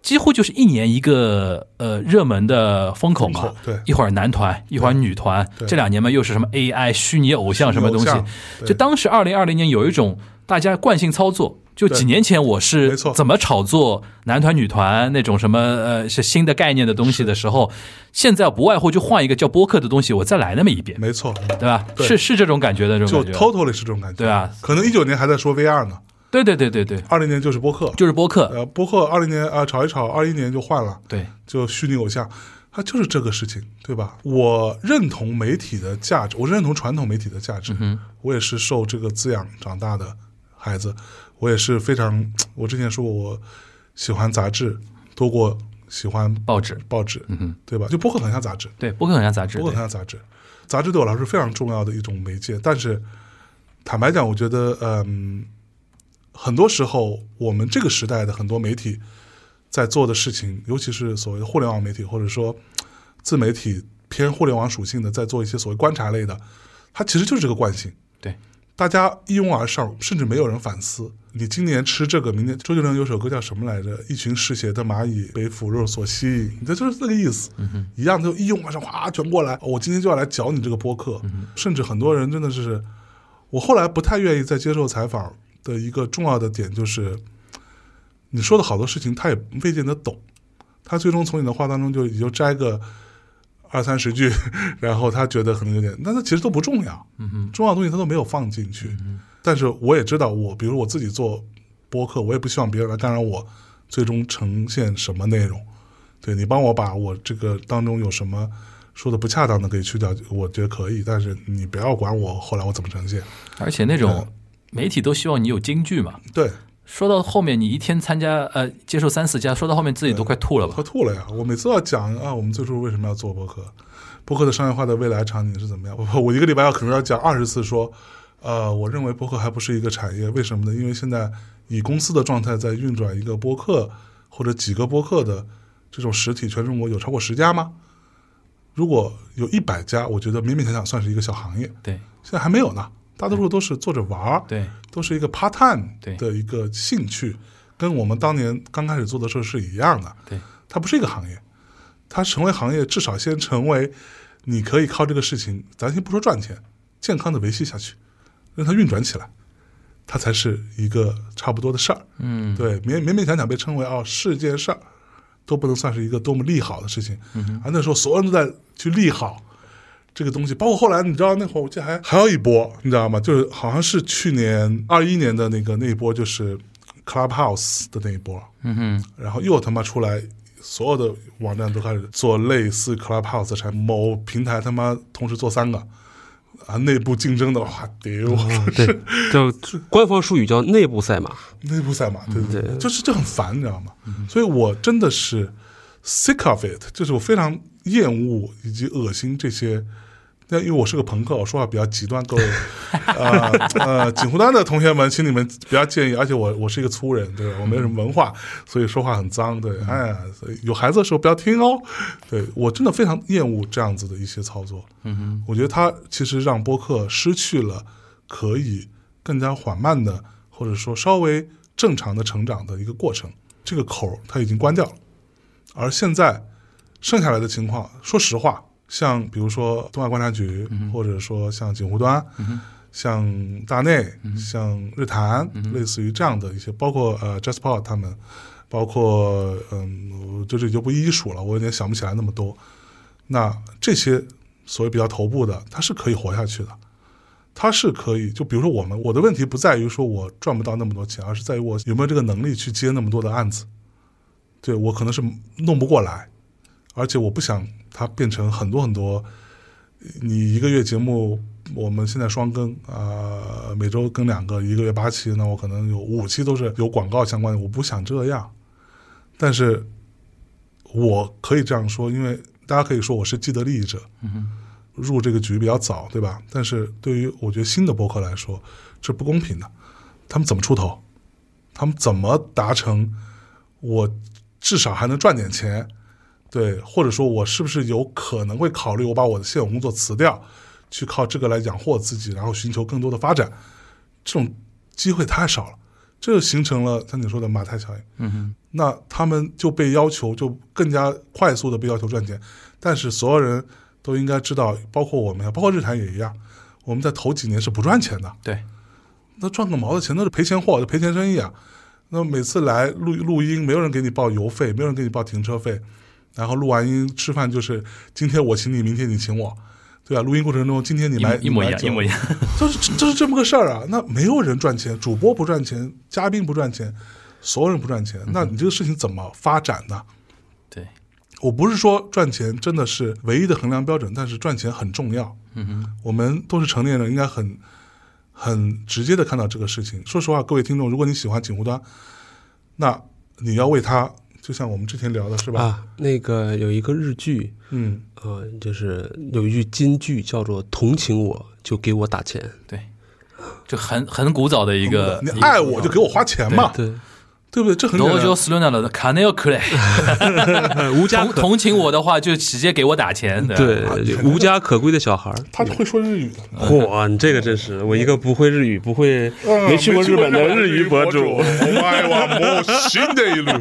几乎就是一年一个呃热门的风口嘛
风口对
一会儿男团，一会儿女团，
对
这两年嘛又是什么 AI 虚拟偶像什么东西
偶像，对
就当时二零二零年有一种大家惯性操作。就
对
几年前，我
没
是
错
怎么炒作男团、女团那种什么呃是新的概念的东西的时候，现在不外乎就换一个叫播客的东西，我再来那么一遍，
没错，
对吧？
对
是是这种感觉的这
就
种感觉，
totally 是这种感觉。
对啊，
可能一九年还在说 VR 呢，
对对对对对，
二零年就是播客，
就是播客，
呃，播客二零年啊、炒一炒，二一年就换了，
对，
就虚拟偶像，它就是这个事情，对吧？我认同媒体的价值，我认同传统媒体的价值，
嗯
我也是受这个滋养长大的孩子，我也是非常，我之前说过，我喜欢杂志多过喜欢
报纸，
报纸，
嗯哼
对吧？就播客很像杂志，
对播客很像杂志，
播客很
对
像杂志，杂志对我来说是非常重要的一种媒介，但是坦白讲，我觉得，嗯。很多时候，我们这个时代的很多媒体在做的事情，尤其是所谓的互联网媒体，或者说自媒体偏互联网属性的，在做一些所谓观察类的，它其实就是这个惯性。
对，
大家一拥而上，甚至没有人反思。你今年吃这个，明年周杰伦有首歌叫什么来着？一群嗜血的蚂蚁被腐肉所吸引，这就是这个意思。嗯、一样就一拥而上，哗，全过来。哦我今天就要来嚼你这个播客。甚至很多人真的是，我后来不太愿意再接受采访的一个重要的点就是，你说的好多事情他也未见得懂，他最终从你的话当中就也就摘个二三十句， [LAUGHS] 然后他觉得可能有点，但他其实都不重要，重要的东西他都没有放进去。但是我也知道我，比如我自己做播客，我也不希望别人来干扰我最终呈现什么内容。对你帮我把我这个当中有什么说的不恰当的给去掉，我觉得可以，但是你不要管我后来我怎么呈现。
而且那种媒体都希望你有京剧嘛。
对，
说到后面，你一天参加呃接受三四家，说到后面自己都快吐了吧
喝？吐了呀！我每次要讲啊，我们最初为什么要做播客，播客的商业化的未来场景是怎么样？ [LAUGHS] 我我一个礼拜要可能要讲二十次，说，呃，我认为播客还不是一个产业，为什么呢？因为现在以公司的状态在运转一个播客或者几个播客的这种实体，全中国有超过十家吗？如果有一百家，我觉得勉勉强强算是一个小行业，
对
现在还没有呢。大多数都是做着玩儿，
对
都是一个 part time
对
的一个兴趣，跟我们当年刚开始做的时候是一样的。
对，
它不是一个行业，它成为行业至少先成为你可以靠这个事情，咱先不说赚钱，健康的维系下去，让它运转起来，它才是一个差不多的事儿。
嗯，
对，勉勉勉强强被称为哦是件事儿，都不能算是一个多么利好的事情。嗯、啊，那时候所有人都在去利好。这个东西，包括后来你知道那会儿，我记得还还有一波，你知道吗？就是好像是去年二一年的那个那一波，就是 Clubhouse 的那一波，
嗯哼，
然后又他妈出来，所有的网站都开始做类似 Clubhouse 的产品，某平台他妈同时做三个，啊，内部竞争的哇，丢，
[LAUGHS] 对，叫官方术语叫内部赛马。
内部赛马，对对对，
对
就是这很烦，你知道吗？所以我真的是 sick of it，就是我非常厌恶以及恶心这些。那因为我是个朋克，我说话比较极端，各位，呃呃，锦湖端的同学们，请你们不要介意，而且我我是一个粗人，对吧？我没有什么文化，所以说话很脏，对，哎呀，所以有孩子的时候不要听哦，对我真的非常厌恶这样子的一些操作，嗯我觉得它其实让播客失去了可以更加缓慢的，或者说稍微正常的成长的一个过程，这个口儿它已经关掉了，而现在剩下来的情况，说实话，像比如说东亚观察局，或者说像锦湖端，像大内，像日坛，类似于这样的一些，包括呃 j a s p o r 他们，包包括嗯，我这里就不一一数了，我有点想不起来那么多。那这些所谓比较头部的，它是可以活下去的，它是可以。就比如说我们，我的问题不在于说我赚不到那么多钱，而是在于我有没有这个能力去接那么多的案子。对我可能是弄不过来，而且我不想它变成很多很多。你一个月节目，我们现在双更啊、呃每周更两个，一个月八期，那我可能有五期都是有广告相关的，我不想这样。但是我可以这样说，因为大家可以说我是既得利益者，入这个局比较早，对吧？但是对于我觉得新的博客来说，这不公平的。他们怎么出头？他们怎么达成我至少还能赚点钱？对，或者说我是不是有可能会考虑我把我的现有工作辞掉，去靠这个来养活自己，然后寻求更多的发展？这种机会太少了，这就形成了像你说的马太效应。
嗯哼，
那他们就被要求就更加快速的被要求赚钱，但是所有人都应该知道，包括我们，包括日产也一样，我们在头几年是不赚钱的，
对，
那赚个毛的钱那是赔钱货，是赔钱生意啊。那每次来录录音，没有人给你报油费，没有人给你报停车费，然后录完音吃饭就是今天我请你，明天你请我，对吧、啊录音过程中，今天你
一
来
模一模一
你来
样，
酒
一模一样。
就是就是这么个事儿啊。那没有人赚钱，主播不赚钱，嘉宾不赚钱，所有人不赚钱，那你这个事情怎么发展呢？
对，
我不是说赚钱真的是唯一的衡量标准，但是赚钱很重要。
嗯哼，
我们都是成年人，应该很很直接的看到这个事情。说实话，各位听众，如果你喜欢锦湖端，那你要为他，就像我们之前聊的是吧？
啊，那个有一个日剧，
嗯，
呃，就是有一句金句叫做“同情我就给我打钱
对，这很很古早的一个，
你
一个
爱我就给我花钱嘛”，，
对，
对不
[LAUGHS]
对？这很简
罗
单
就斯伦纳的卡内奥
[LAUGHS]
克雷，
无家
同
可
同情我的话，就直接给我打钱。
哎
吧
[LAUGHS] 对无家可归的小孩儿。
他会说日语的，
[LAUGHS] 嚯，你这个真是我一个不会日语、不会嗯
嗯
没去过日本的日语博主，
哎哇，我新的一路， [LAUGHS]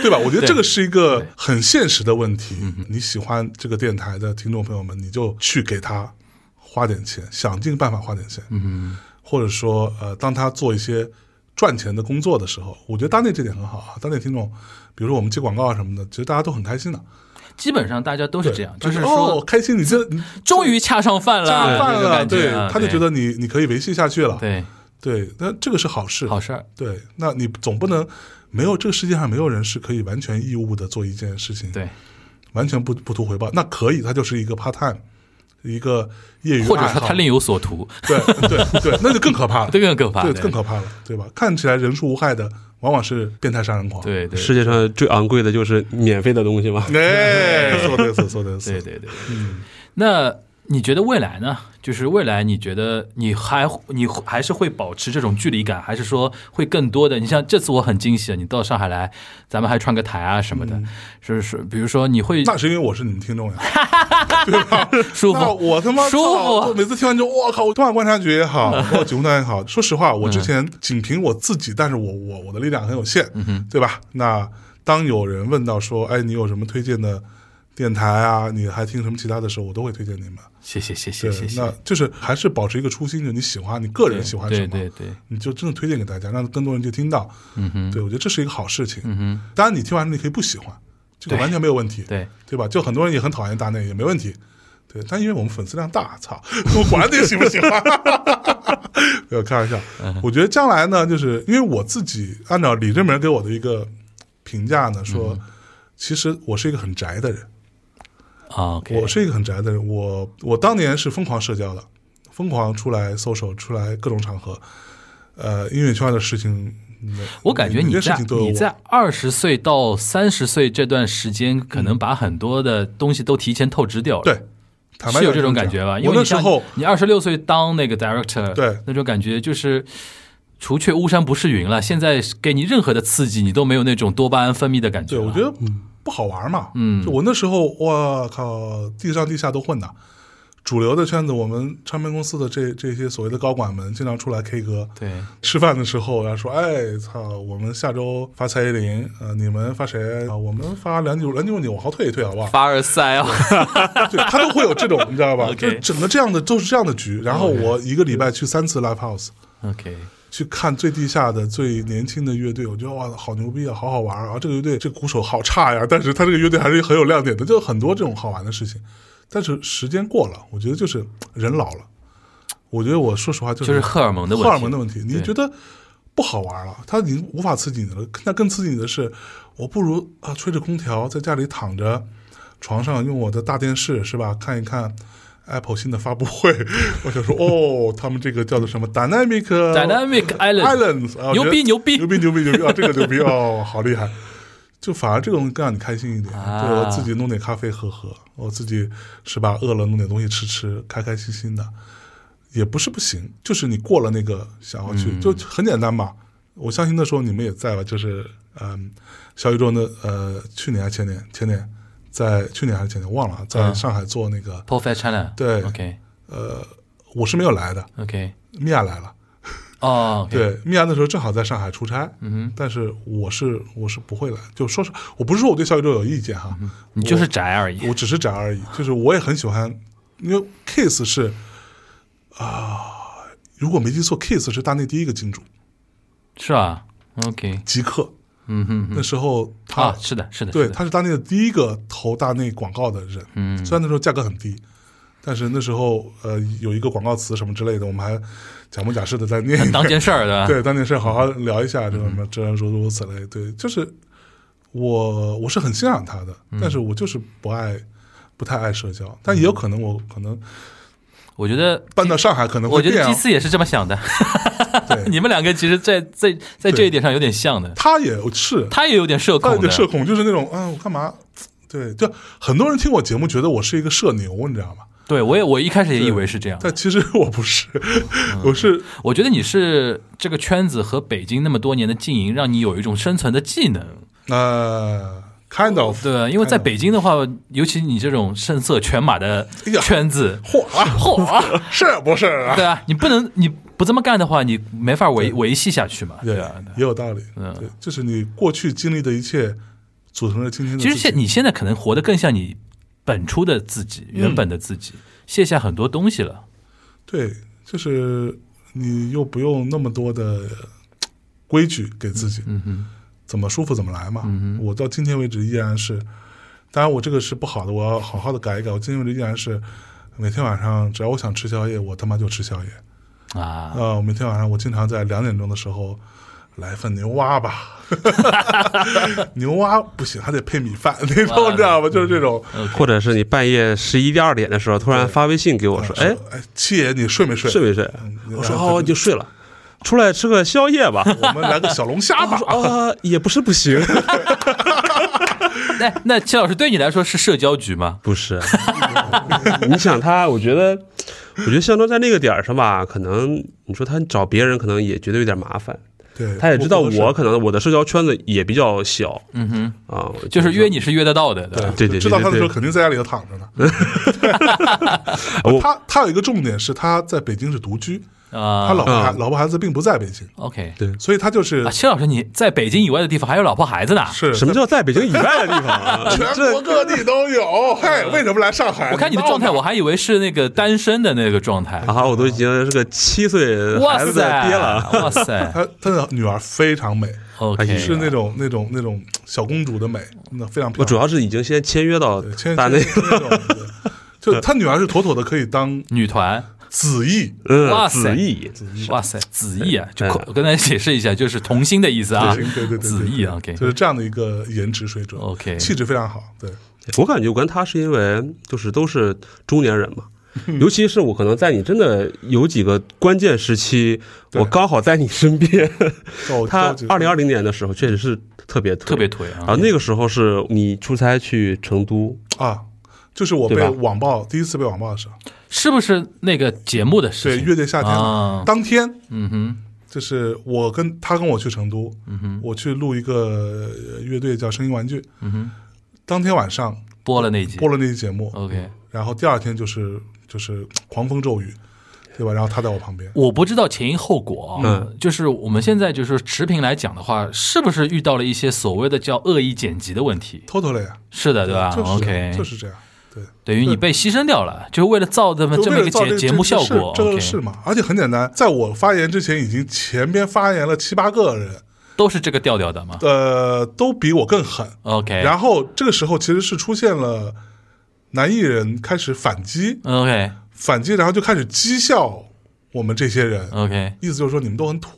对吧？我觉得这个是一个很现实的问题。
嗯
你喜欢这个电台的听众朋友们，你就去给他花点钱，想尽办法花点钱。
嗯，
或者说呃，当他做一些赚钱的工作的时候，我觉得当内这点很好啊。当内听众，比如说我们接广告啊什么的，其实大家都很开心的，
基本上大家都是这样，
对
就是
哦，
说
开心，你这你
终于恰上饭了，
下饭
那种
了，
感觉啊
他就觉得你你可以维系下去了，
对
对，那这个是好事，
好事儿，
对，那你总不能没有这个世界上没有人是可以完全义务的做一件事情，
对，
完全不不图回报，那可以，他就是一个 part time，一个业余
或者
爱
说
好
他另有所图， [LAUGHS]
对对对，那就更可怕了，
这个更可怕，
对，更可怕了，对吧？看起来人畜无害的，往往是变态杀人狂。，
对对
世界上最昂贵的就是免费的东 [LAUGHS] 西嘛。
哎，说的是，说的
对
是。
对对，嗯，那。你觉得未来呢？就是未来，你觉得你还你还是会保持这种距离感，还是说会更多的？你像这次我很惊喜，啊你到上海来，咱们还串个台啊什么的，是是，比如说你会
嗯那是因为我是你们听众呀，
舒
那
服，
我他妈
舒服
操我每次听完就我靠，我东莞观察局
[LAUGHS]
也好，包括九段也好，说实话，我
嗯
之前仅凭我自己，但是我我我的力量很有限，
嗯
对吧？那当有人问到说，哎，你有什么推荐的电台啊？你还听什么其他的时候，我都会推荐你们。
谢谢谢谢
对
谢，谢，
那就是还是保持一个初心，就你喜欢，你个人喜欢什么，
对对对，
你就真的推荐给大家，让更多人去听到。
嗯哼，
对，我觉得这是一个好事情。
嗯哼，
当然，你听完你可以不喜欢，这个
对
完全没有问题，
对，
对吧？就很多人也很讨厌大内，也没问题。对，但因为我们粉丝量大，操，我管你喜不喜欢， [LAUGHS] 没有开玩笑。
嗯
我觉得将来呢，就是因为我自己按照李正明给我的一个评价
嗯
呢，说其实我是一个很宅的人，
啊，OK，
我是一个很宅的人，我我当年是疯狂社交的，疯狂出来 social，出来各种场合，呃，音乐圈的事情，嗯
我感觉
每
你
件事
在
情都有
你
我
在二十岁到三十岁这段时间，可能把很多的东西都提前透支掉了。
对，坦白
是有
讲
这种
讲
感觉吧？因
我
为
那
你
时
像
候
你二十六岁当那个 director，
对
那种感觉就是。除却巫山不是云了，现在给你任何的刺激，你都没有那种多巴胺分泌的感觉
对
了。
我觉得不好玩嘛，
啊嗯
就我那时候我靠，地上地下都混的，主流的圈子，我们唱片公司的这这些所谓的高管们经常出来 K 歌，
对
吃饭的时候，然后说：“哎，操，我们下周发蔡依林，呃，你们发谁啊？我们发梁静茹，梁静茹你往后退一退，好不 [LAUGHS] 好？”
凡尔赛啊，
对他都会有这种，你知道吧？
[LAUGHS] OK
就是整个这样的都是这样的局。然后我一个礼拜去三次 live house，
OK，
去看最地下的、最年轻的乐队，我觉得哇，好牛逼啊，好好玩啊！这个乐队这个鼓手好差呀，但是他这个乐队还是很有亮点的，就很多这种好玩的事情。但是时间过了，我觉得就是人老了，我觉得我说实话就是
就是荷尔蒙的问题。
荷尔蒙的问题，你
对
觉得不好玩了，它已经无法刺激你了。那更刺激你的是，我不如啊吹着空调在家里躺着，床上用我的大电视是吧，看一看。Apple 新的发布会， [LAUGHS] 我想说哦，他们这个叫做什么 Dynamic 呃
Dynamic Island，
Islands，啊我觉得
牛逼牛逼
牛逼牛逼牛逼啊！这个牛逼哦， [LAUGHS] 好厉害！就反而这个东西更让你开心一点。
啊
对我自己弄点咖啡喝喝，我自己是吧？饿了弄点东西吃吃，开开心心的，也不是不行。就是你过了那个想要
嗯
去，就很简单吧。我相信那时候你们也在吧？就是嗯，小宇宙那呃，去年还前年前年。在去年还是前年忘了，啊
啊
在上海做那个，
Perfect China，
对
，OK
呃，我是没有来的，
OK，
米娅来了，
哦，OK，
对，米娅那时候正好在上海出差，
嗯
但是我是我是不会来，就说是我不是说我对小宇宙有意见哈，
嗯哼，你就是宅而已
我只是宅而已，就是我也很喜欢，因为 Kiss 是啊、啊如果没记错，Kiss 是大内第一个金主，
是吧？OK，
极客
嗯哼
那时候他、
啊，是的，是的，
对
是的
他是大内的第一个投大内广告的人，
嗯
虽然那时候价格很低。但是那时候，呃，有一个广告词什么之类的，我们还假模假式的在念一遍，
当件事儿对吧？
[LAUGHS] 对，当件事好好聊一下，这个
嗯
什么，这如如此类，对，就是我我是很欣赏他的，
嗯
但是我就是不爱，不太爱社交，但也有可能我可能
我觉得，
搬到上海可能
我
会
觉
变
得
啊
祭，司也是这么想的。
对，
[LAUGHS] 你们两个其实在，在在这一点上有点像的，
他也是，
他也有点社
他有
恐的
点，社恐，就是那种，嗯，我干嘛？对，就很多人听我节目觉得我是一个社牛，你知道吗？
对我也我一开始也以为是这样。
但其实我不是，
嗯
我是
我觉得你是这个圈子和北京那么多年的经营，让你有一种生存的技能，
呃，kind of，
对吧？因为在
kind of
北京的话，尤其你这种声色犬马的
哎呀
圈
[LAUGHS]
子，
嚯
[LAUGHS]
啊，
嚯、
是不是啊？
对啊，你不能你不这么干的话，你没法维维系下去嘛，对啊。
也有道理。
嗯
对，就是你过去经历的一切，组成了今天的自
其
己。
实现你现在可能活得更像你本初的自己，
嗯
原本的自己，卸下很多东西了。
对，就是你又不用那么多的呃规矩给自己，
嗯哼，
怎么舒服怎么来嘛。
嗯
我到今天为止依然是，当然我这个是不好的，我要好好的改一改。我今天为止依然是。每天晚上，只要我想吃宵夜，我他妈就吃宵夜。
啊，
啊、我每天晚上我经常在两点钟的时候来份牛蛙吧， [LAUGHS] 牛蛙不行，还得配米饭那种，你知道吗？就是这种，
或者是你半夜十一点二点的时候突然发微信给我说，哎，
哎，七爷你睡没睡？
睡没睡
嗯？
我说
然后
哦，你就睡了，出来吃个宵夜吧。
我们来个小龙虾
[LAUGHS] 他
吧
说。啊，也不是不行，
那那齐老师对你来说是社交局吗？
不是。你想他，我觉得，我觉得象征在那个点儿上吧，可能你说他找别人，可能也觉得有点麻烦。
对，
他也知道
不合适
我可能我的社交圈子也比较小
嗯哼，
啊，我
就是约
你。
你是约得到的，对吧？
对对对
知道他的
对
时候肯定在家里头躺着呢。
[LAUGHS] 我
他他有一个重点是他在北京是独居，
啊、
他老婆孩
嗯
老婆孩子并不在北京，
OK。
所以他就是
啊，齐老师，你在北京以外的地方还有老婆孩子呢？
是
什么叫在北京以外的地方啊？
[LAUGHS] 全
这嗯
国各地都有。嘿，为什么来上海？
我看你的
闹
状态，
呢
我还以为是那个单身的那个状态。
啊，我都已经是个七岁
哇
孩子的
塞，
爹了。
哇
[LAUGHS]
塞
他他的女儿非常美，
，OK，
是那种那种那种小公主的美，那非常漂
我
亮
主。要是已经先签约到
对千
大内
千，千那种，
[LAUGHS]
对就他女儿是妥妥的可以当
女团，
子毅，
哇
嗯，
塞
子毅，
哇塞，子毅啊，就
嗯
我跟大家解释一下，就是童星的意思啊
哎对对对对，，对
子毅
对
啊，OK，
就是这样的一个颜值水准
OK
气质非常好，对，
我感觉我跟他是因为就是都是中年人 [LAUGHS] 嘛。尤其是我可能在你真的有几个关键时期，
对
我刚好在你身边。
高
他二零
二
二零年的时候确实是特别
特
特
别颓啊
啊，，那个时候是你出差去成都，
啊，就是我
对
被
吧
网暴第一次被网暴的时候，
是不是那个节目的事
对，
情？
乐队夏天
啊
当天
嗯哼，
就是我跟他跟我去成都，
嗯
我去录一个呃乐队叫声音玩具，
嗯
当天晚上
播了那集
播了那期节目，
，OK，
然后第二天就是就是狂风骤雨，对吧？然后他在我旁边，
我不知道前因后果啊，
嗯
就是我们现在就是持平来讲的话，是不是遇到了一些所谓的叫恶意剪辑的问题？
偷偷了呀，
是的，对吧
啊就是
？OK，
就是这样。对，
等于你被牺牲掉了，就是为了造这么
就
这么
为
一个
了造
节
这
节目效果。
这个事这
OK，
个事嘛，而且很简单，在我发言之前，已经前边发言了七八个人，
都是这个调调的嘛。
呃，都比我更狠。
OK，
然后这个时候其实是出现了男艺人开始反击，
OK
反击，然后就开始讥笑我们这些人，
OK
意思就是说你们都很土，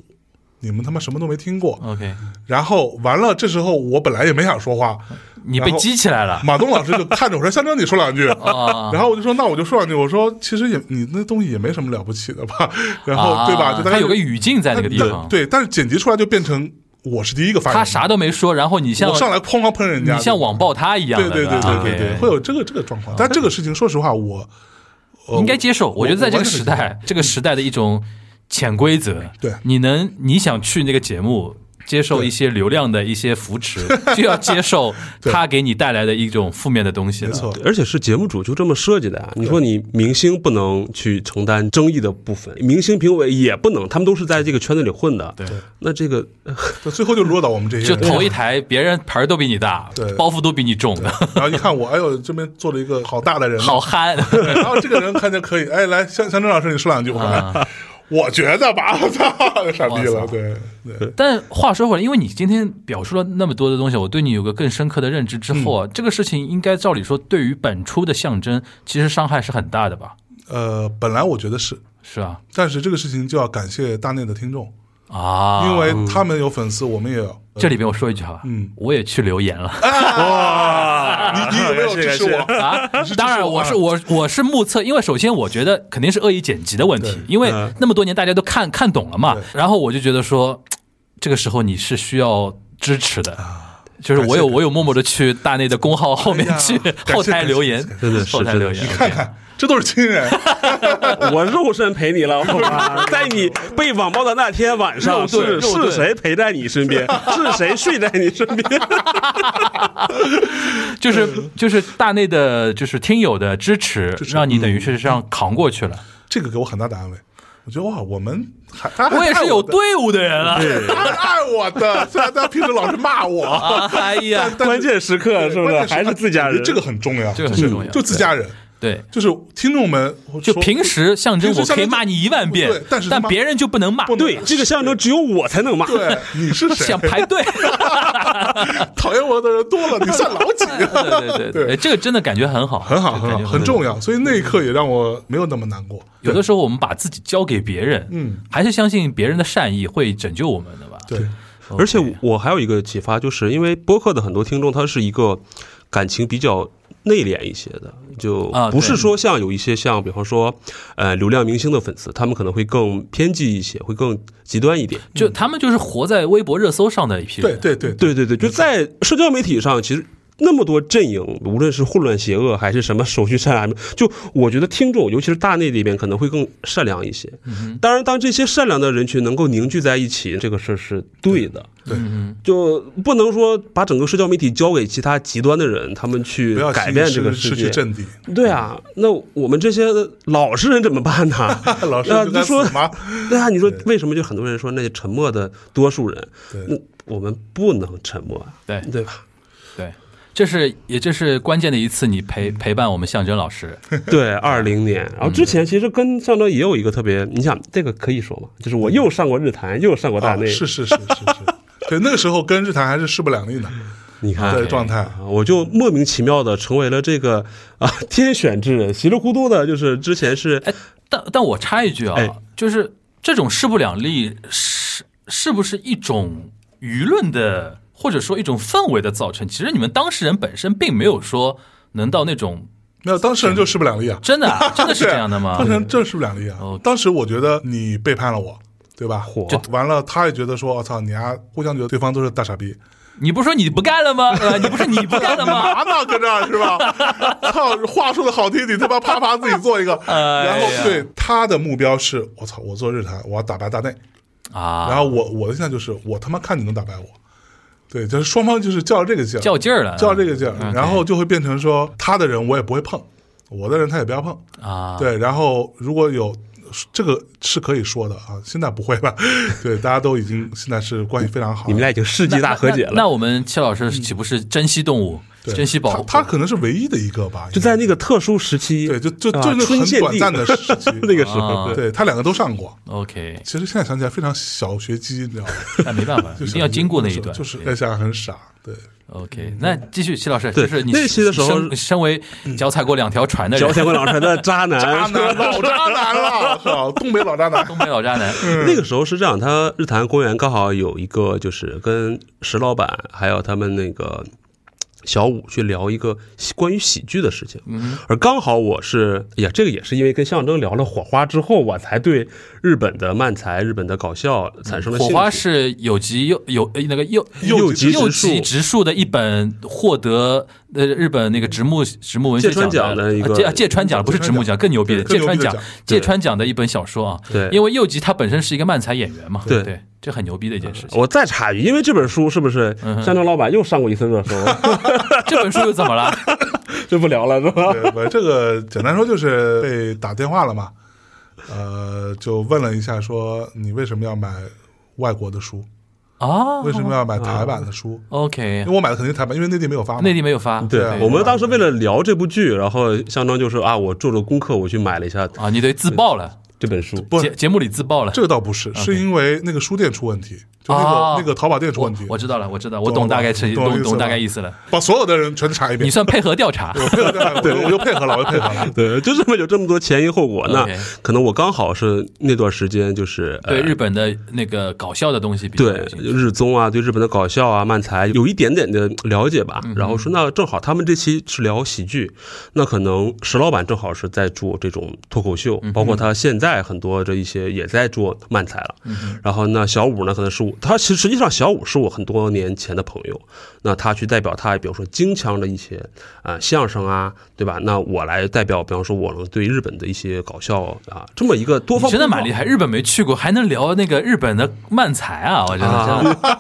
你们他妈什么都没听过。
OK，
然后完了，这时候我本来也没想说话，
你被激起来了
[LAUGHS] 马东老师就看着我说：“象征，你说两句。”
[LAUGHS] 啊
然后我就说：“那我就说两句。”我说：“其实也你那东西也没什么了不起的吧？” [LAUGHS] 然后、对吧？
啊
就大
他
概
有个语境在那个地
对
方，
对，但是剪辑出来就变成我是第一个发言，
他啥都没说，然后你像
我上来哐哐喷人家，
你像网暴他一样
对
的，
对对
吧啊
对对对，
OK
会有这个这个状况。但这个事情，说实话，我呃
应该接受。我觉得在这个时，
我完
代，这个时代的一种潜规则，
对
你能你想去那个节目。接受一些流量的一些扶持，就要接受
[LAUGHS] 对
它给你带来的一种负面的东西
全
了。
没错，
而且是节目组就这么设计的啊！你说你明星不能去承担争议的部分，明星评委也不能，他们都是在这个圈子里混的。对，那这个呃
对最后就落到我们这些
就
人
头一台，别人牌儿都比你大
对，
包袱都比你重的，
[LAUGHS] 然后一看我，哎呦，这边坐了一个好大的人，
[LAUGHS] 好憨。 [LAUGHS]
对， [LAUGHS] 然后这个人看着可以，哎，来，向向正老师，你说两句，我来。
啊
我觉得吧，我操， [LAUGHS] 傻逼了，
我操
对对，
但话说回来，因为你今天表述了那么多的东西，我对你有个更深刻的认知之后啊，
嗯
这个事情应该照理说，对于本初的象征，其实伤害是很大的吧？
呃，本来我觉得是，
是啊，
但是这个事情就要感谢大内的听众，
啊，
因为他们有粉丝，我们也呃有。
[LAUGHS] 这里边我说一句好吧，
嗯
我也去留言了
你你有没有支持我？
啊
是支持我啊。
当然，我是我我是目测，因为首先我觉得肯定是恶意剪辑的问题
对，
因为那么多年大家都看看懂了嘛
对，
然后我就觉得说，这个时候你是需要支持的。就是我有
感谢
我有默默的去大内的公号后面
哎呀
去
感谢
后台留言
感谢，
感谢真的是
后台留言
真的，
看看， [LAUGHS] 这都是亲人，
[LAUGHS] 我肉身陪你了，好吧？在你被网暴的那天晚上，
肉盾
是
肉盾
是谁陪在你身边？是谁睡在你身边？
就是就是大内的就是听友的支持，让你等于是这样扛过去了。
这个给我很大的安慰。我觉得哇，我们还大家还
我也
爱
是有
我的，
队伍的人啊，
[LAUGHS] 他是爱我
[LAUGHS]
的，虽然大家平时老是骂我，
哎呀，
但
关键时刻是不是
关键
还是自家
我觉
人？
得这个很重要，
这个很重要
就自家人，
对。
就是听众们我
就
说
平时象征，
平
我
时象征
可以骂你一万遍
对，但是他
但
妈
别人就不能骂，
不能
对这个象征只有我才能
[LAUGHS]
骂。
对你是谁
想？排队。
[LAUGHS] 讨厌我的人多了，你算老几？
对对对对，
对
这个真的感觉很好，
很好，很
感
好，
觉
很重要。所以那一刻也让我没有那么难过。
有的时候我们把自己交给别人，
嗯，
还是相信别人的善意会拯救我们的吧？
对，
OK，
而且我还有一个启发，就是因为播客的很多听众他是一个感情比较内敛一些的，就
啊
不是说像有一些像比方说呃流量明星的粉丝，他们可能会更偏激一些，会更极端一点。
嗯
就他们就是活在微博热搜上的一批
对
人，
对对，
对对对，就在社交媒体上，其实。那么多阵营，无论是混乱邪恶还是什么手续善良，就我觉得听众，尤其是大内里边可能会更善良一些。当然，当这些善良的人群能够凝聚在一起，这个事儿是对的。
嗯，
就不能说把整个社交媒体交给其他极端的人，他们去
不要
改变这个
失
世
失去
界。
阵地，
对啊，那我们这些老实人怎么办呢？
[LAUGHS] 老师
啊
就该
就说
死吗？
[LAUGHS] 对啊，你说为什么就很多人说那些沉默的多数人，
对
那我们不能沉默啊，
对
对
[LAUGHS]
吧？
对，这是也这是关键的一次，你陪
嗯
陪伴我们象征老师，
对，二零年，然后之前其实跟象征也有一个特别，你想这个可以说吗？就是我又上过日坛，又上过大
啊，
内，
是是是是是，对，那个时候跟日坛还是势不两立呢
你
哎
看
的状态。
啊，我就莫名其妙的成为了这个 [LAUGHS] 啊天选之人，稀里糊涂的，就是之前是
哎，但但我插一句啊，
哎
就是这种势不两立是是不是一种舆论的，或者说一种氛围的造成？其实你们当事人本身并没有说能到那种
没有，当事人就势不两立啊，
真的、啊、真的是这样
[LAUGHS]
的吗
当？事人正势不两立啊
哦。
当时我觉得你背叛了我。对吧？
火
完了，他也觉得说，我操，你丫互相觉得对方都是大傻逼，
你不是说你不干了吗？对吧？你不是你不干了吗？ [LAUGHS]
嘛呢？啊搁这儿是吧？操，话说的好听，你他妈啪啪自己做一个，
哎呀
然后对他的目标是，我操，我做日坛，我要打败大内，然
啊，
后我我的现在就是，我他妈看你能打败我，对，就是双方就是较这个劲儿，
较劲儿了，
较这个劲儿，
嗯
然后就会变成说，他的人我也不会碰，我的人他也不要碰，
啊，
对，然后如果有这个是可以说的啊，现在不会了， [LAUGHS] 对，大家都已经现在是关系非常好
你，们俩已经世纪大和解了。
那那我们戚老师岂不是珍惜动物？
对
珍惜保护。
他他可能是唯一的一个吧，
就在那个特殊时期，
对，就就
啊
就那
春
很
限
短
定
暂的时期
[LAUGHS] 那个时候，
啊
对
对他两个都上过。
OK，
其实现在想起来非常小学鸡，你知道吗？
那没办法，
就
一
是
定要经过那一段。
就是
对
那想很傻，
[LAUGHS]
对，
OK，那继续，齐老师，
对
就是你
那期的时候
身身为脚踩过两条船的人
脚，踩过两船的渣男，
渣男老渣男了，靠，东北老渣男，
东北老渣男，
那个时候是这样，他日坛公园刚好有一个，就是跟石老板还有他们那个小五去聊一个喜关于喜剧的事情，而刚好我是，哎呀，这个也是因为跟象征聊了火花之后，我才对日本的漫才、日本的搞笑产生了
嗯
兴
火
趣。
花是有吉有有呃那个右
右
吉
吉
右
直
吉
树，
直树的一本获得呃日本那个直木直木文学
芥川
奖
奖的一个
啊芥啊芥川奖不是直木奖更牛逼的芥
对
川
更牛逼的
奖
奖
芥
对
川奖的一本小说啊，
对
因为右吉他本身是一个漫才演员嘛，
对嗯
对，这很牛逼的一件事情。
我再插一句，因为这本书是不是象征老板又上过一次热搜？
这本书又怎么了？
就不聊了，是吧？
[LAUGHS] 对，我这个简单说就是被打电话了嘛，呃，就问了一下说你为什么要买外国的书，
啊
为什么要买台版的书？
，OK，
因为我买的肯定是台版，因为内地没有发嘛。
内地没有发，
对
对啊，
我们当时为了聊这部剧，然后象征就说啊，我做了功课，我去买了一下
啊，你得自爆了，
这本书。
不
节节目里自爆了
这。个倒不是，是因为那个书店出问题，就那
哦
个那个淘宝店出
我
问题，
我知道了，我知道，我
懂
懂
了吧
大概是
懂
懂
意思
懂大
吧
概意思了。
把所有的人全查一遍
你。算配合调查
我配合了，对，我就配合了，我就配合了。
对，就这么有这么多前因后果。那
OK
可能我刚好是那段时间就是
对
呃
日本的那个搞笑的东西比较
对
有兴趣
日综啊，对日本的搞笑啊、漫才有一点点的了解
嗯
吧。然后说，那正好他们这期是聊喜剧，那可能石老板正好是在做这种脱口秀，
嗯
包括他现在很多这一些也在做漫才了。
嗯
然后那小五呢，可能是我，他其实实际上小五是我很多年前的朋友，那他去代表他，比如说京腔的一些啊、呃相声啊，对吧？那我来代表，比方说我能对日本的一些搞笑啊这么一个多
你
方
真的蛮厉
害。
害，日本没去过，还能聊那个日本的漫才啊！我真的真的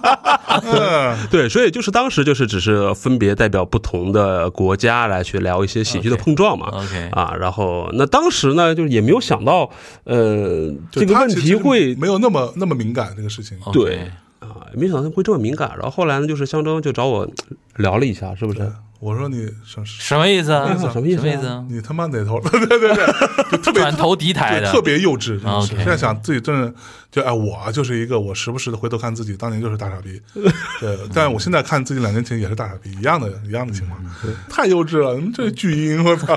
嗯，
[LAUGHS] 对，所以就是当时就是只是分别代表不同的国家来去聊一些喜剧的
OK
碰撞嘛。
OK
啊，然后那当时呢，就是也没有想到，呃，
就
这个
他
问
其
题
实
会
没有那么那么敏感这个事情。
OK
[LAUGHS] 对啊，没想到会这么敏感。然后后来呢，就是象征就找我聊了一下，是不是？
我说你什
什么意思啊？
思
什
啊 [LAUGHS] 什么意思啊
啊？
你他妈哪头？ [LAUGHS] 对对对，就特别
[LAUGHS] 转头敌台
对，
的
特别幼稚。真的是
OK
现在想自己真的就哎，我就是一个我时不时的回头看自己，当年就是大傻
[LAUGHS]
逼。对，但我现在看自己两年前也是大傻逼，一样的一样的情况，
嗯
太幼稚了。你们这巨婴，我
[LAUGHS]
操！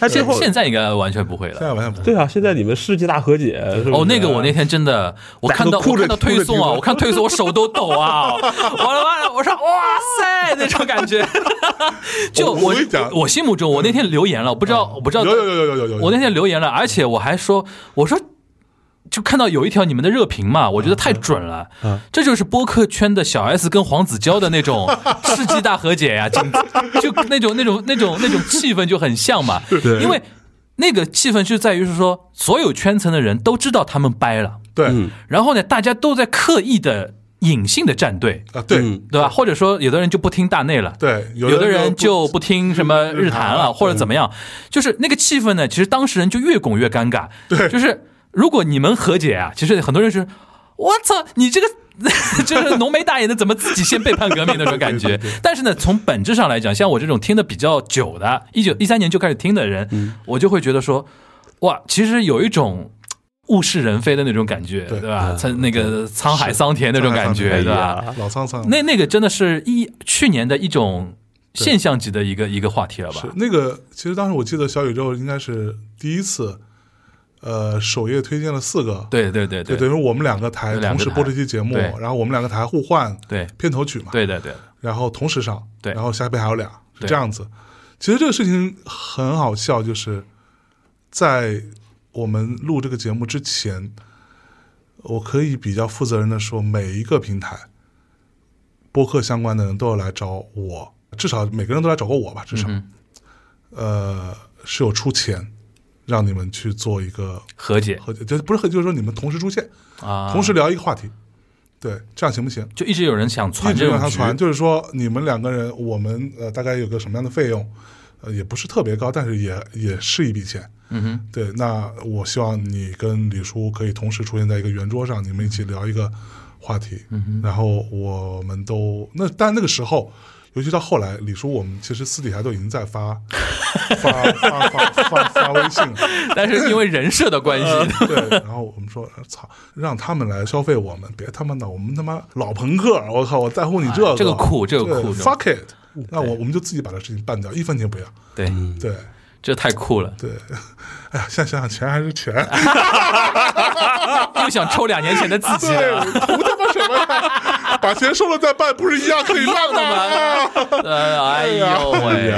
他最
呃现
后
现在应该完全不会
现
了。
在完全不
对啊，现在你们世纪大和解是不是
哦，那个我那天真的，我看到
大家都
我
哭
看
着
到推送
哭
啊，
着听
我看推送我手都抖啊，我的妈呀！我说哇塞那种感觉， [LAUGHS] 就
我
我
跟你讲
我心目中我那天留言了，我不知道我不知道
有有有有有有有，
我那天留言了，而且我还说，我说就看到有一条你们的热评嘛，我觉得太准了，这就是播客圈的小 S 跟黄子佼的那种世纪大和解呀、就就那种那种那种那种气氛就很像嘛，因为那个气氛就在于是说，所有圈层的人都知道他们掰了，
对
嗯
然后呢，大家都在刻意的隐性的站队。
啊对
嗯
对吧？或者说，有的人就不听大内了，
对，
有的人
不
就不听什么日啊坛了，或者怎么样，就是那个气氛呢，其实当事人就越拱越尴尬。对，就是如果你们和解啊，其实很多人是，我操，你这个 [LAUGHS] 就是浓眉大眼的，怎么自己先背叛革命那种感觉。但是呢，从本质上来讲，像我这种听的比较久的，一九一三年就开始听的人，我就会觉得说，哇，其实有一种。物是人非的那种感觉，对
对
吧？苍那个沧海桑田那种感觉，
沧海桑田
对吧？
老苍苍
那那个真的是一去年的一种现象级的一个一个话题了吧
是？那个，其实当时我记得小宇宙应该是第一次，呃，首页推荐了四个，
对对对
就
对
等于我们两个台
两个
同时播这期节目
台对，
然后我们两个台互换
对
片头曲嘛，
对对对，
然后同时上，
对
然后下边还有俩，是
对
这样子。其实这个事情很好笑，就是在我们录这个节目之前，我可以比较负责任的说，每一个平台播客相关的人都有来找我，至少每个人都来找过我吧，至少，
嗯
呃，是有出钱让你们去做一个
和解
和，就不是和，就是说你们同时出现，
啊，
同时聊一个话题，对，这样行不行？
就一直有人想
一
传
直
这
让
种
他
局
传，就是说你们两个人，我们呃大概有个什么样的费用，呃也不是特别高，但是也也是一笔钱。
嗯哼，
对，那我希望你跟李叔可以同时出现在一个圆桌上，你们一起聊一个话题，
嗯
然后我们都那，但那个时候，尤其到后来，李叔我们其实私底下都已经在发发发发发发微信了，
但是因为人设的关系，
呃
[LAUGHS]
对，然后我们说，操，让他们来消费我们，别他妈的，我们他妈老朋克，我靠，我在乎你这个，
哎这个酷这个
对
酷这种
，fuck it，那我我们就自己把这事情办掉，一分钱不要，
对，
对
这太酷了，
对，哎呀，现在想想钱还
[LAUGHS]
是钱，
又想抽两年前的自己
对，
了。
图他妈什么呀？把钱收了再办，不是一样可以办
[LAUGHS]
吗？
呃，哎呦喂，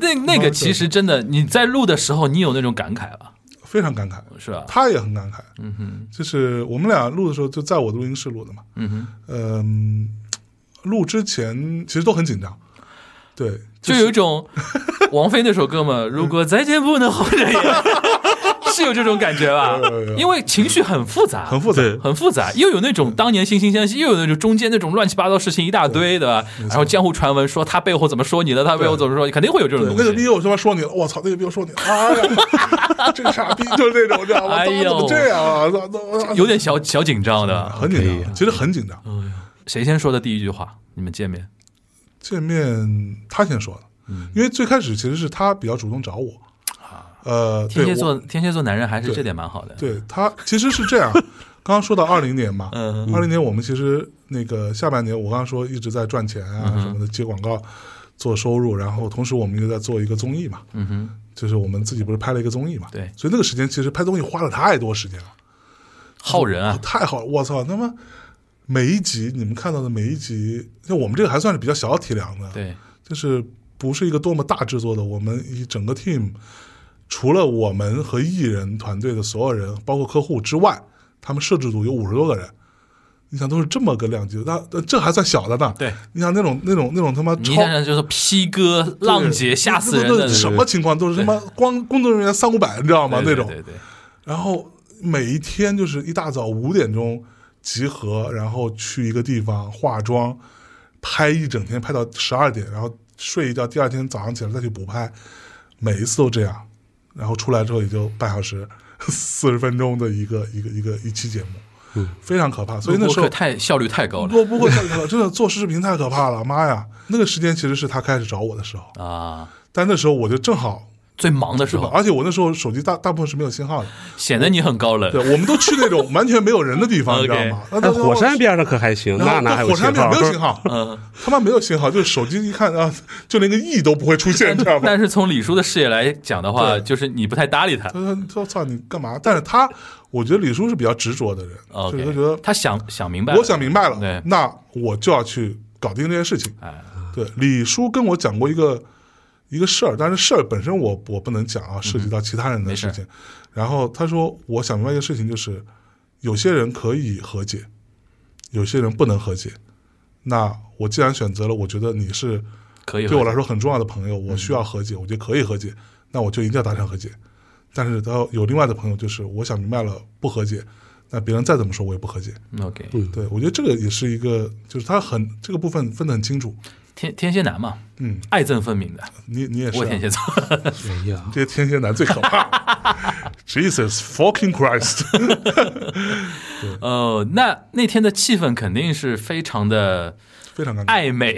那那那个其实真的，你在录的时候，你有那种感慨吧？
非常感慨，
是吧？
他也很感慨。嗯哼，就是我们俩录的时候，就在我的录音室录的嘛。嗯哼，嗯，录之前其实都很紧张，对，
就有一
[LAUGHS]
种王菲那首歌
嗯
嘛，如果再见不能红着眼， [LAUGHS] 是有这种感觉吧
有有有？
因为情绪很复杂，
很复杂。嗯
对
很复杂，又有那种当年惺惺相惜，又有那种中间那种乱七八糟事情一大堆，对吧？然后江湖传闻说他背后怎么说你的，他背后怎么说你，肯定会有这种
嗯对
东
那个逼
西。
又他妈说你了，我操！那个逼又说你了，哎 [LAUGHS] 呀，这个傻逼就是这种，你知道吗？
哎
怎么
呦
怎么这样啊？怎么
有点小小紧张的，
很紧张，其实很紧张。
谁先说的第一句话？你们见面
见面他先说的，因为最开始其实是他比较主动找我，呃，
天
对
蝎
我
座，天蝎座男人还是这点蛮好的。
对他其实是这样，刚刚说到二零年嘛，
嗯
二零年我们其实那个下半年，我刚刚说一直在赚钱
嗯
啊什么的，接广告做收入，然后同时我们又在做一个综艺嘛，
嗯哼，
就是我们自己不是拍了一个综艺嘛，
对
所以那个时间其实拍综艺花了太多时间了，
好人啊，
太好了，我操，他妈每一集你们看到的每一集，像我们这个还算是比较小体量的，
对，
就是不是一个多么大制作的，我们以整个 team，除了我们和艺人团队的所有人，包括客户之外，他们摄制组有五十多个人。你想都是这么个量级，那呃这还算小的呢。
对，
你想那种那种那种他妈
你
超
想想就是劈哥、浪姐吓死人
那
的
都是什么情况？都是他妈光工作人员三五百，你知道吗？那种。
对对对，
然后每一天就是一大早五点钟集合，然后去一个地方化妆，拍一整天，拍到十二点，然后睡一觉，第二天早上起来再去补拍，每一次都这样。然后出来之后也就半小时、四十分钟的一个一个一个一期节目，非常可怕。所以那
录
时
播
候
客太效率太高了
录播客太可怕，真的做视频太可怕了，妈呀！那个时间其实是他开始找我的时候，
啊！
但那时候我就正好，
最忙的时候，
而且我那时候手机大大部分是没有信号的。
显得你很高冷
对，。我们都去那种完全没有人的地方，你知道
OK
吗？那
哎，
那
火山边上可还行，
然后
那哪还
对
有
火
信
山边
号？
没有信号，
嗯，
[LAUGHS] 他妈没有信号，就是手机一看啊，就连个亿都不会出现，你知道吗？
但是从李叔的视野来讲的话，
对
就是你不太搭理他
他。说：“他说操你干嘛？”但是他，我觉得李叔是比较执着的人，就是他
OK，
觉得
他想想明白了，
我想明白
对
了，那我就要去搞定这件事情。
哎，
对，李叔跟我讲过一个一个事儿，但是事儿本身我我不能讲
嗯
啊，涉及到其他人的事情。然后他说，我想明白一个事情，就是有些人可以和解，有些人不能和解。那我既然选择了，我觉得你是
可以和嗯
对我来说很重要的朋友，我需要和解，我觉得可以和解，那我就一定要达成和解。但是他有另外的朋友，就是我想明白了不和解，那别人再怎么说我也不和解。
嗯 OK，
对我觉得这个也是一个，就是他很这个部分分得很清楚。
天天蝎男嘛，
嗯，
爱憎分明的。
你你也是、
我也
啊，
天蝎座，
哎呀，
这些天蝎男最可怕。Jesus [LAUGHS] fucking Christ！ [LAUGHS]
哦，那那天的气氛肯定是非常的
非常尴尬。
暧昧，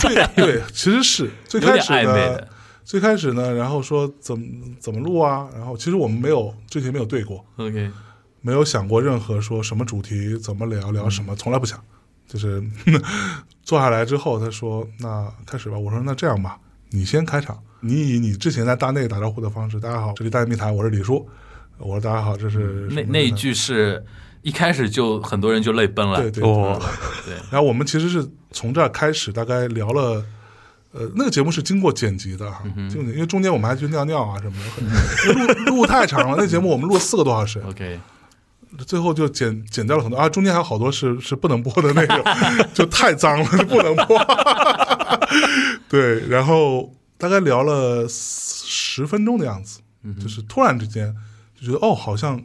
最对，其实是最
有
开
点
始
暧昧
呢
的，。
最开始呢，然后说怎么怎么录啊，然后其实我们没有之前没有对过，
[LAUGHS] OK，
没有想过任何说什么主题，怎么聊聊什么，从来不想。就是 [LAUGHS] 坐下来之后，他说：“那开始吧。”我说：“那这样吧，你先开场，你以你之前在大内打招呼的方式，大家好，这里大内密谈，我是李叔。”我说：“大家好，这是
嗯那
什么
那一
什么
句是一开始就很多人就泪奔了，
对对
哦，
然后我们其实是从这儿开始，大概聊了，呃，那个节目是经过剪辑的哈，
嗯
就、因为中间我们还去尿尿啊什么的， [LAUGHS] 录录太长了。那节目我们录了四个多小时，
OK，
最后就剪剪掉了很多啊，中间还有好多是是不能播的内容， [LAUGHS] 就太脏了，就 [LAUGHS] 不能播。对，然后大概聊了十分钟的样子，就是突然之间就觉得哦，好像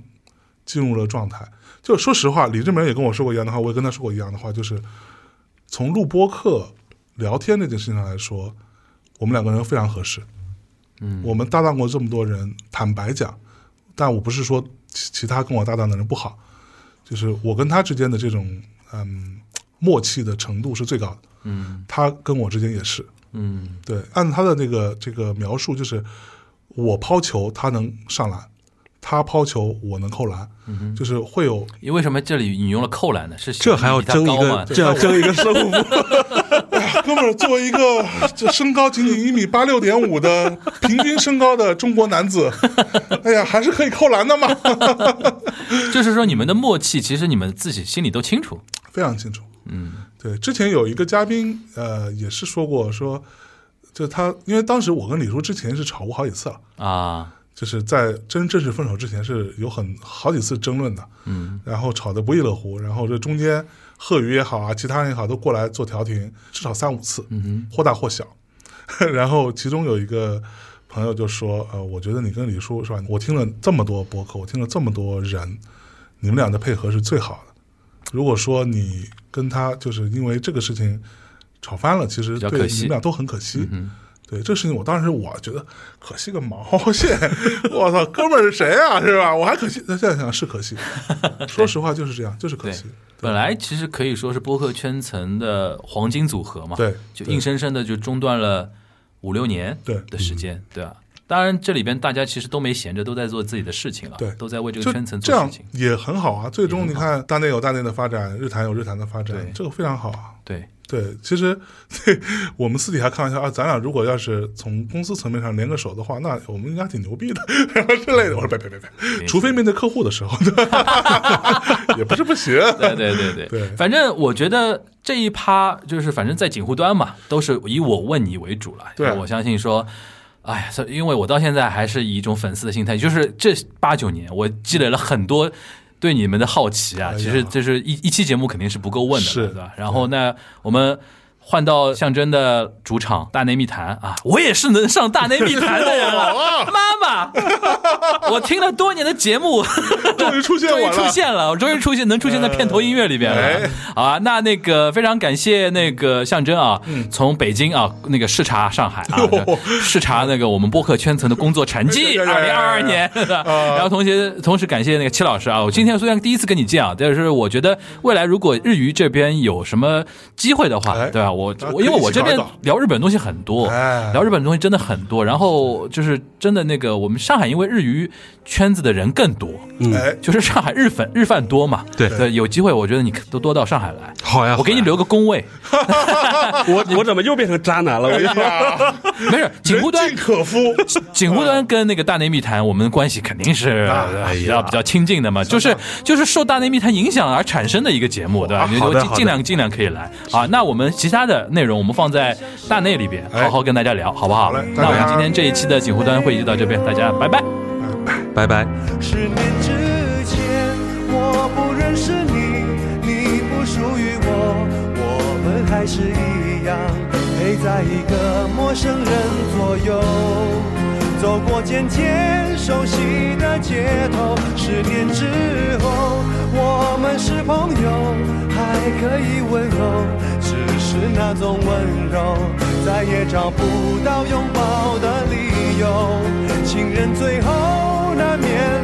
进入了状态。就说实话，李志明也跟我说过一样的话，我也跟他说过一样的话，就是从录播课聊天这件事情上来说，我们两个人非常合适。嗯，我们搭档过这么多人，坦白讲，但我不是说其其他跟我搭档的人不好，就是我跟他之间的这种嗯默契的程度是最高的。
嗯
他跟我之间也是，
嗯
对，按他的那个这个描述，就是我抛球他能上篮，他抛球我能扣篮，就是会有 [LAUGHS]
因为为什么这里引用了扣篮呢？是
这还要
比他
争一
高吗
个，这要争一个胜
[LAUGHS]
负。
哥们儿，作为一个 [LAUGHS] 这身高仅仅一米八六点五的平均身高的中国男子，哎呀，还是可以扣篮的嘛，
就是说你们的默契，其实你们自己心里都清楚。
非常清楚。
嗯
对，之前有一个嘉宾，呃，也是说过说，就他，因为当时我跟李叔之前是吵过好几次了，
啊，
就是在真正式分手之前是有很好几次争论的，
嗯，
然后吵得不亦乐乎，然后这中间贺宇也好啊，其他人也好都过来做调停，至少三五次，嗯或大或小。 [LAUGHS] 然后其中有一个朋友就说，呃，我觉得你跟李叔是吧？我听了这么多博客，我听了这么多人，你们俩的配合是最好的。如果说你跟他就是因为这个事情吵翻了，其实
较
对
可
你
惜
们俩都很可惜。
嗯
对这事情，我当时我觉得可惜个毛线！ [LAUGHS] 我操，哥们儿是谁啊？是吧？我还可惜，那现在想是可
[LAUGHS]
惜。说实话就是这样，就是可惜。
本来其实可以说是播客圈层的黄金组合嘛，，
对，
就
对
硬生生的就中断了五六年
对嗯
的时间，对吧？当然，这里边大家其实都没闲着，都在做自己的事情了，
对
都在为这
就
个圈层
这
做
样
事情。
也很好啊。最终你看，大内有大内的发展，日坛有日坛的发展
对，
这个非常好啊。
对，
对，其实 [LAUGHS] 对我们私底下开玩笑啊，咱俩如果要是从公司层面上联个手的话，那我们应该挺牛逼的， [LAUGHS] 然后之类的。我说别别别别，
嗯没
除非面对客户的时候， [LAUGHS] 也不是不行。
[LAUGHS] 对对对对，
对
反正我觉得这一趴就是，反正在警护端嘛，都是以我问你为主了。
对
我相信说，哎呀，所以因为我到现在还是以一种粉丝的心态，就是这八九年我积累了很多。对你们的好奇啊，
哎呀
其实就是一一期节目肯定是不够问的了，
是
对吧？然后那我们换到象征的主场大内密谈啊，我也是能上大内密谈的人
[LAUGHS]
了，
啊
妈妈，我听了多年的节目，
终于出现我
终于
了，嗯
出现了，我终于出现，能出现在片头音乐里边了
哎。
好啊，那那个非常感谢那个象征啊，从北京啊那个视察上海啊
嗯哟，
视察那个我们播客圈层的工作成绩，
[LAUGHS] 哎呀
二
哎
零
呀
二
哎
二
呀啊
年。然后同学同时感谢那个戚老师啊，我今天虽然第一次跟你见啊，但是我觉得未来如果日语这边有什么机会的话，
哎
对吧？我
大家可
我
以
因为我
一起
这
搞
边
一搞
聊日本东西很多，
哎
聊日本东西真的很多。然后就是真的那个我们上海，因为日语圈子的人更多，
哎，
就是上海日粉日饭多嘛，
对
对，有机会我觉得你都多到上海来，
好呀，
我给你留个工位，
我我怎么又变成渣男了？我
哎呀，
没事，锦湖端
人尽可夫，
景湖端跟那个大内密谈，我们关系肯定是
哎
比较比较亲近的嘛，就是就是受大内密谈影响而产生的一个节目，对吧？
啊
你
好
就
的
尽
好的
尽量尽量可以来啊。那我们其他的内容我们放在大内里边，
哎
好好跟大家聊，好不好
好嘞？
那我
大家
们今天这一期的景湖端会议就到这边，大家拜 [LAUGHS] 拜。
拜拜。
十年之前，我不认识你，你不属于我，我们还是一样，陪在一个陌生人左右，走过渐渐熟悉的街头。十年之后，我们是朋友，还可以温柔，只是那种温柔，再也找不到拥抱的理由。情人最后难免。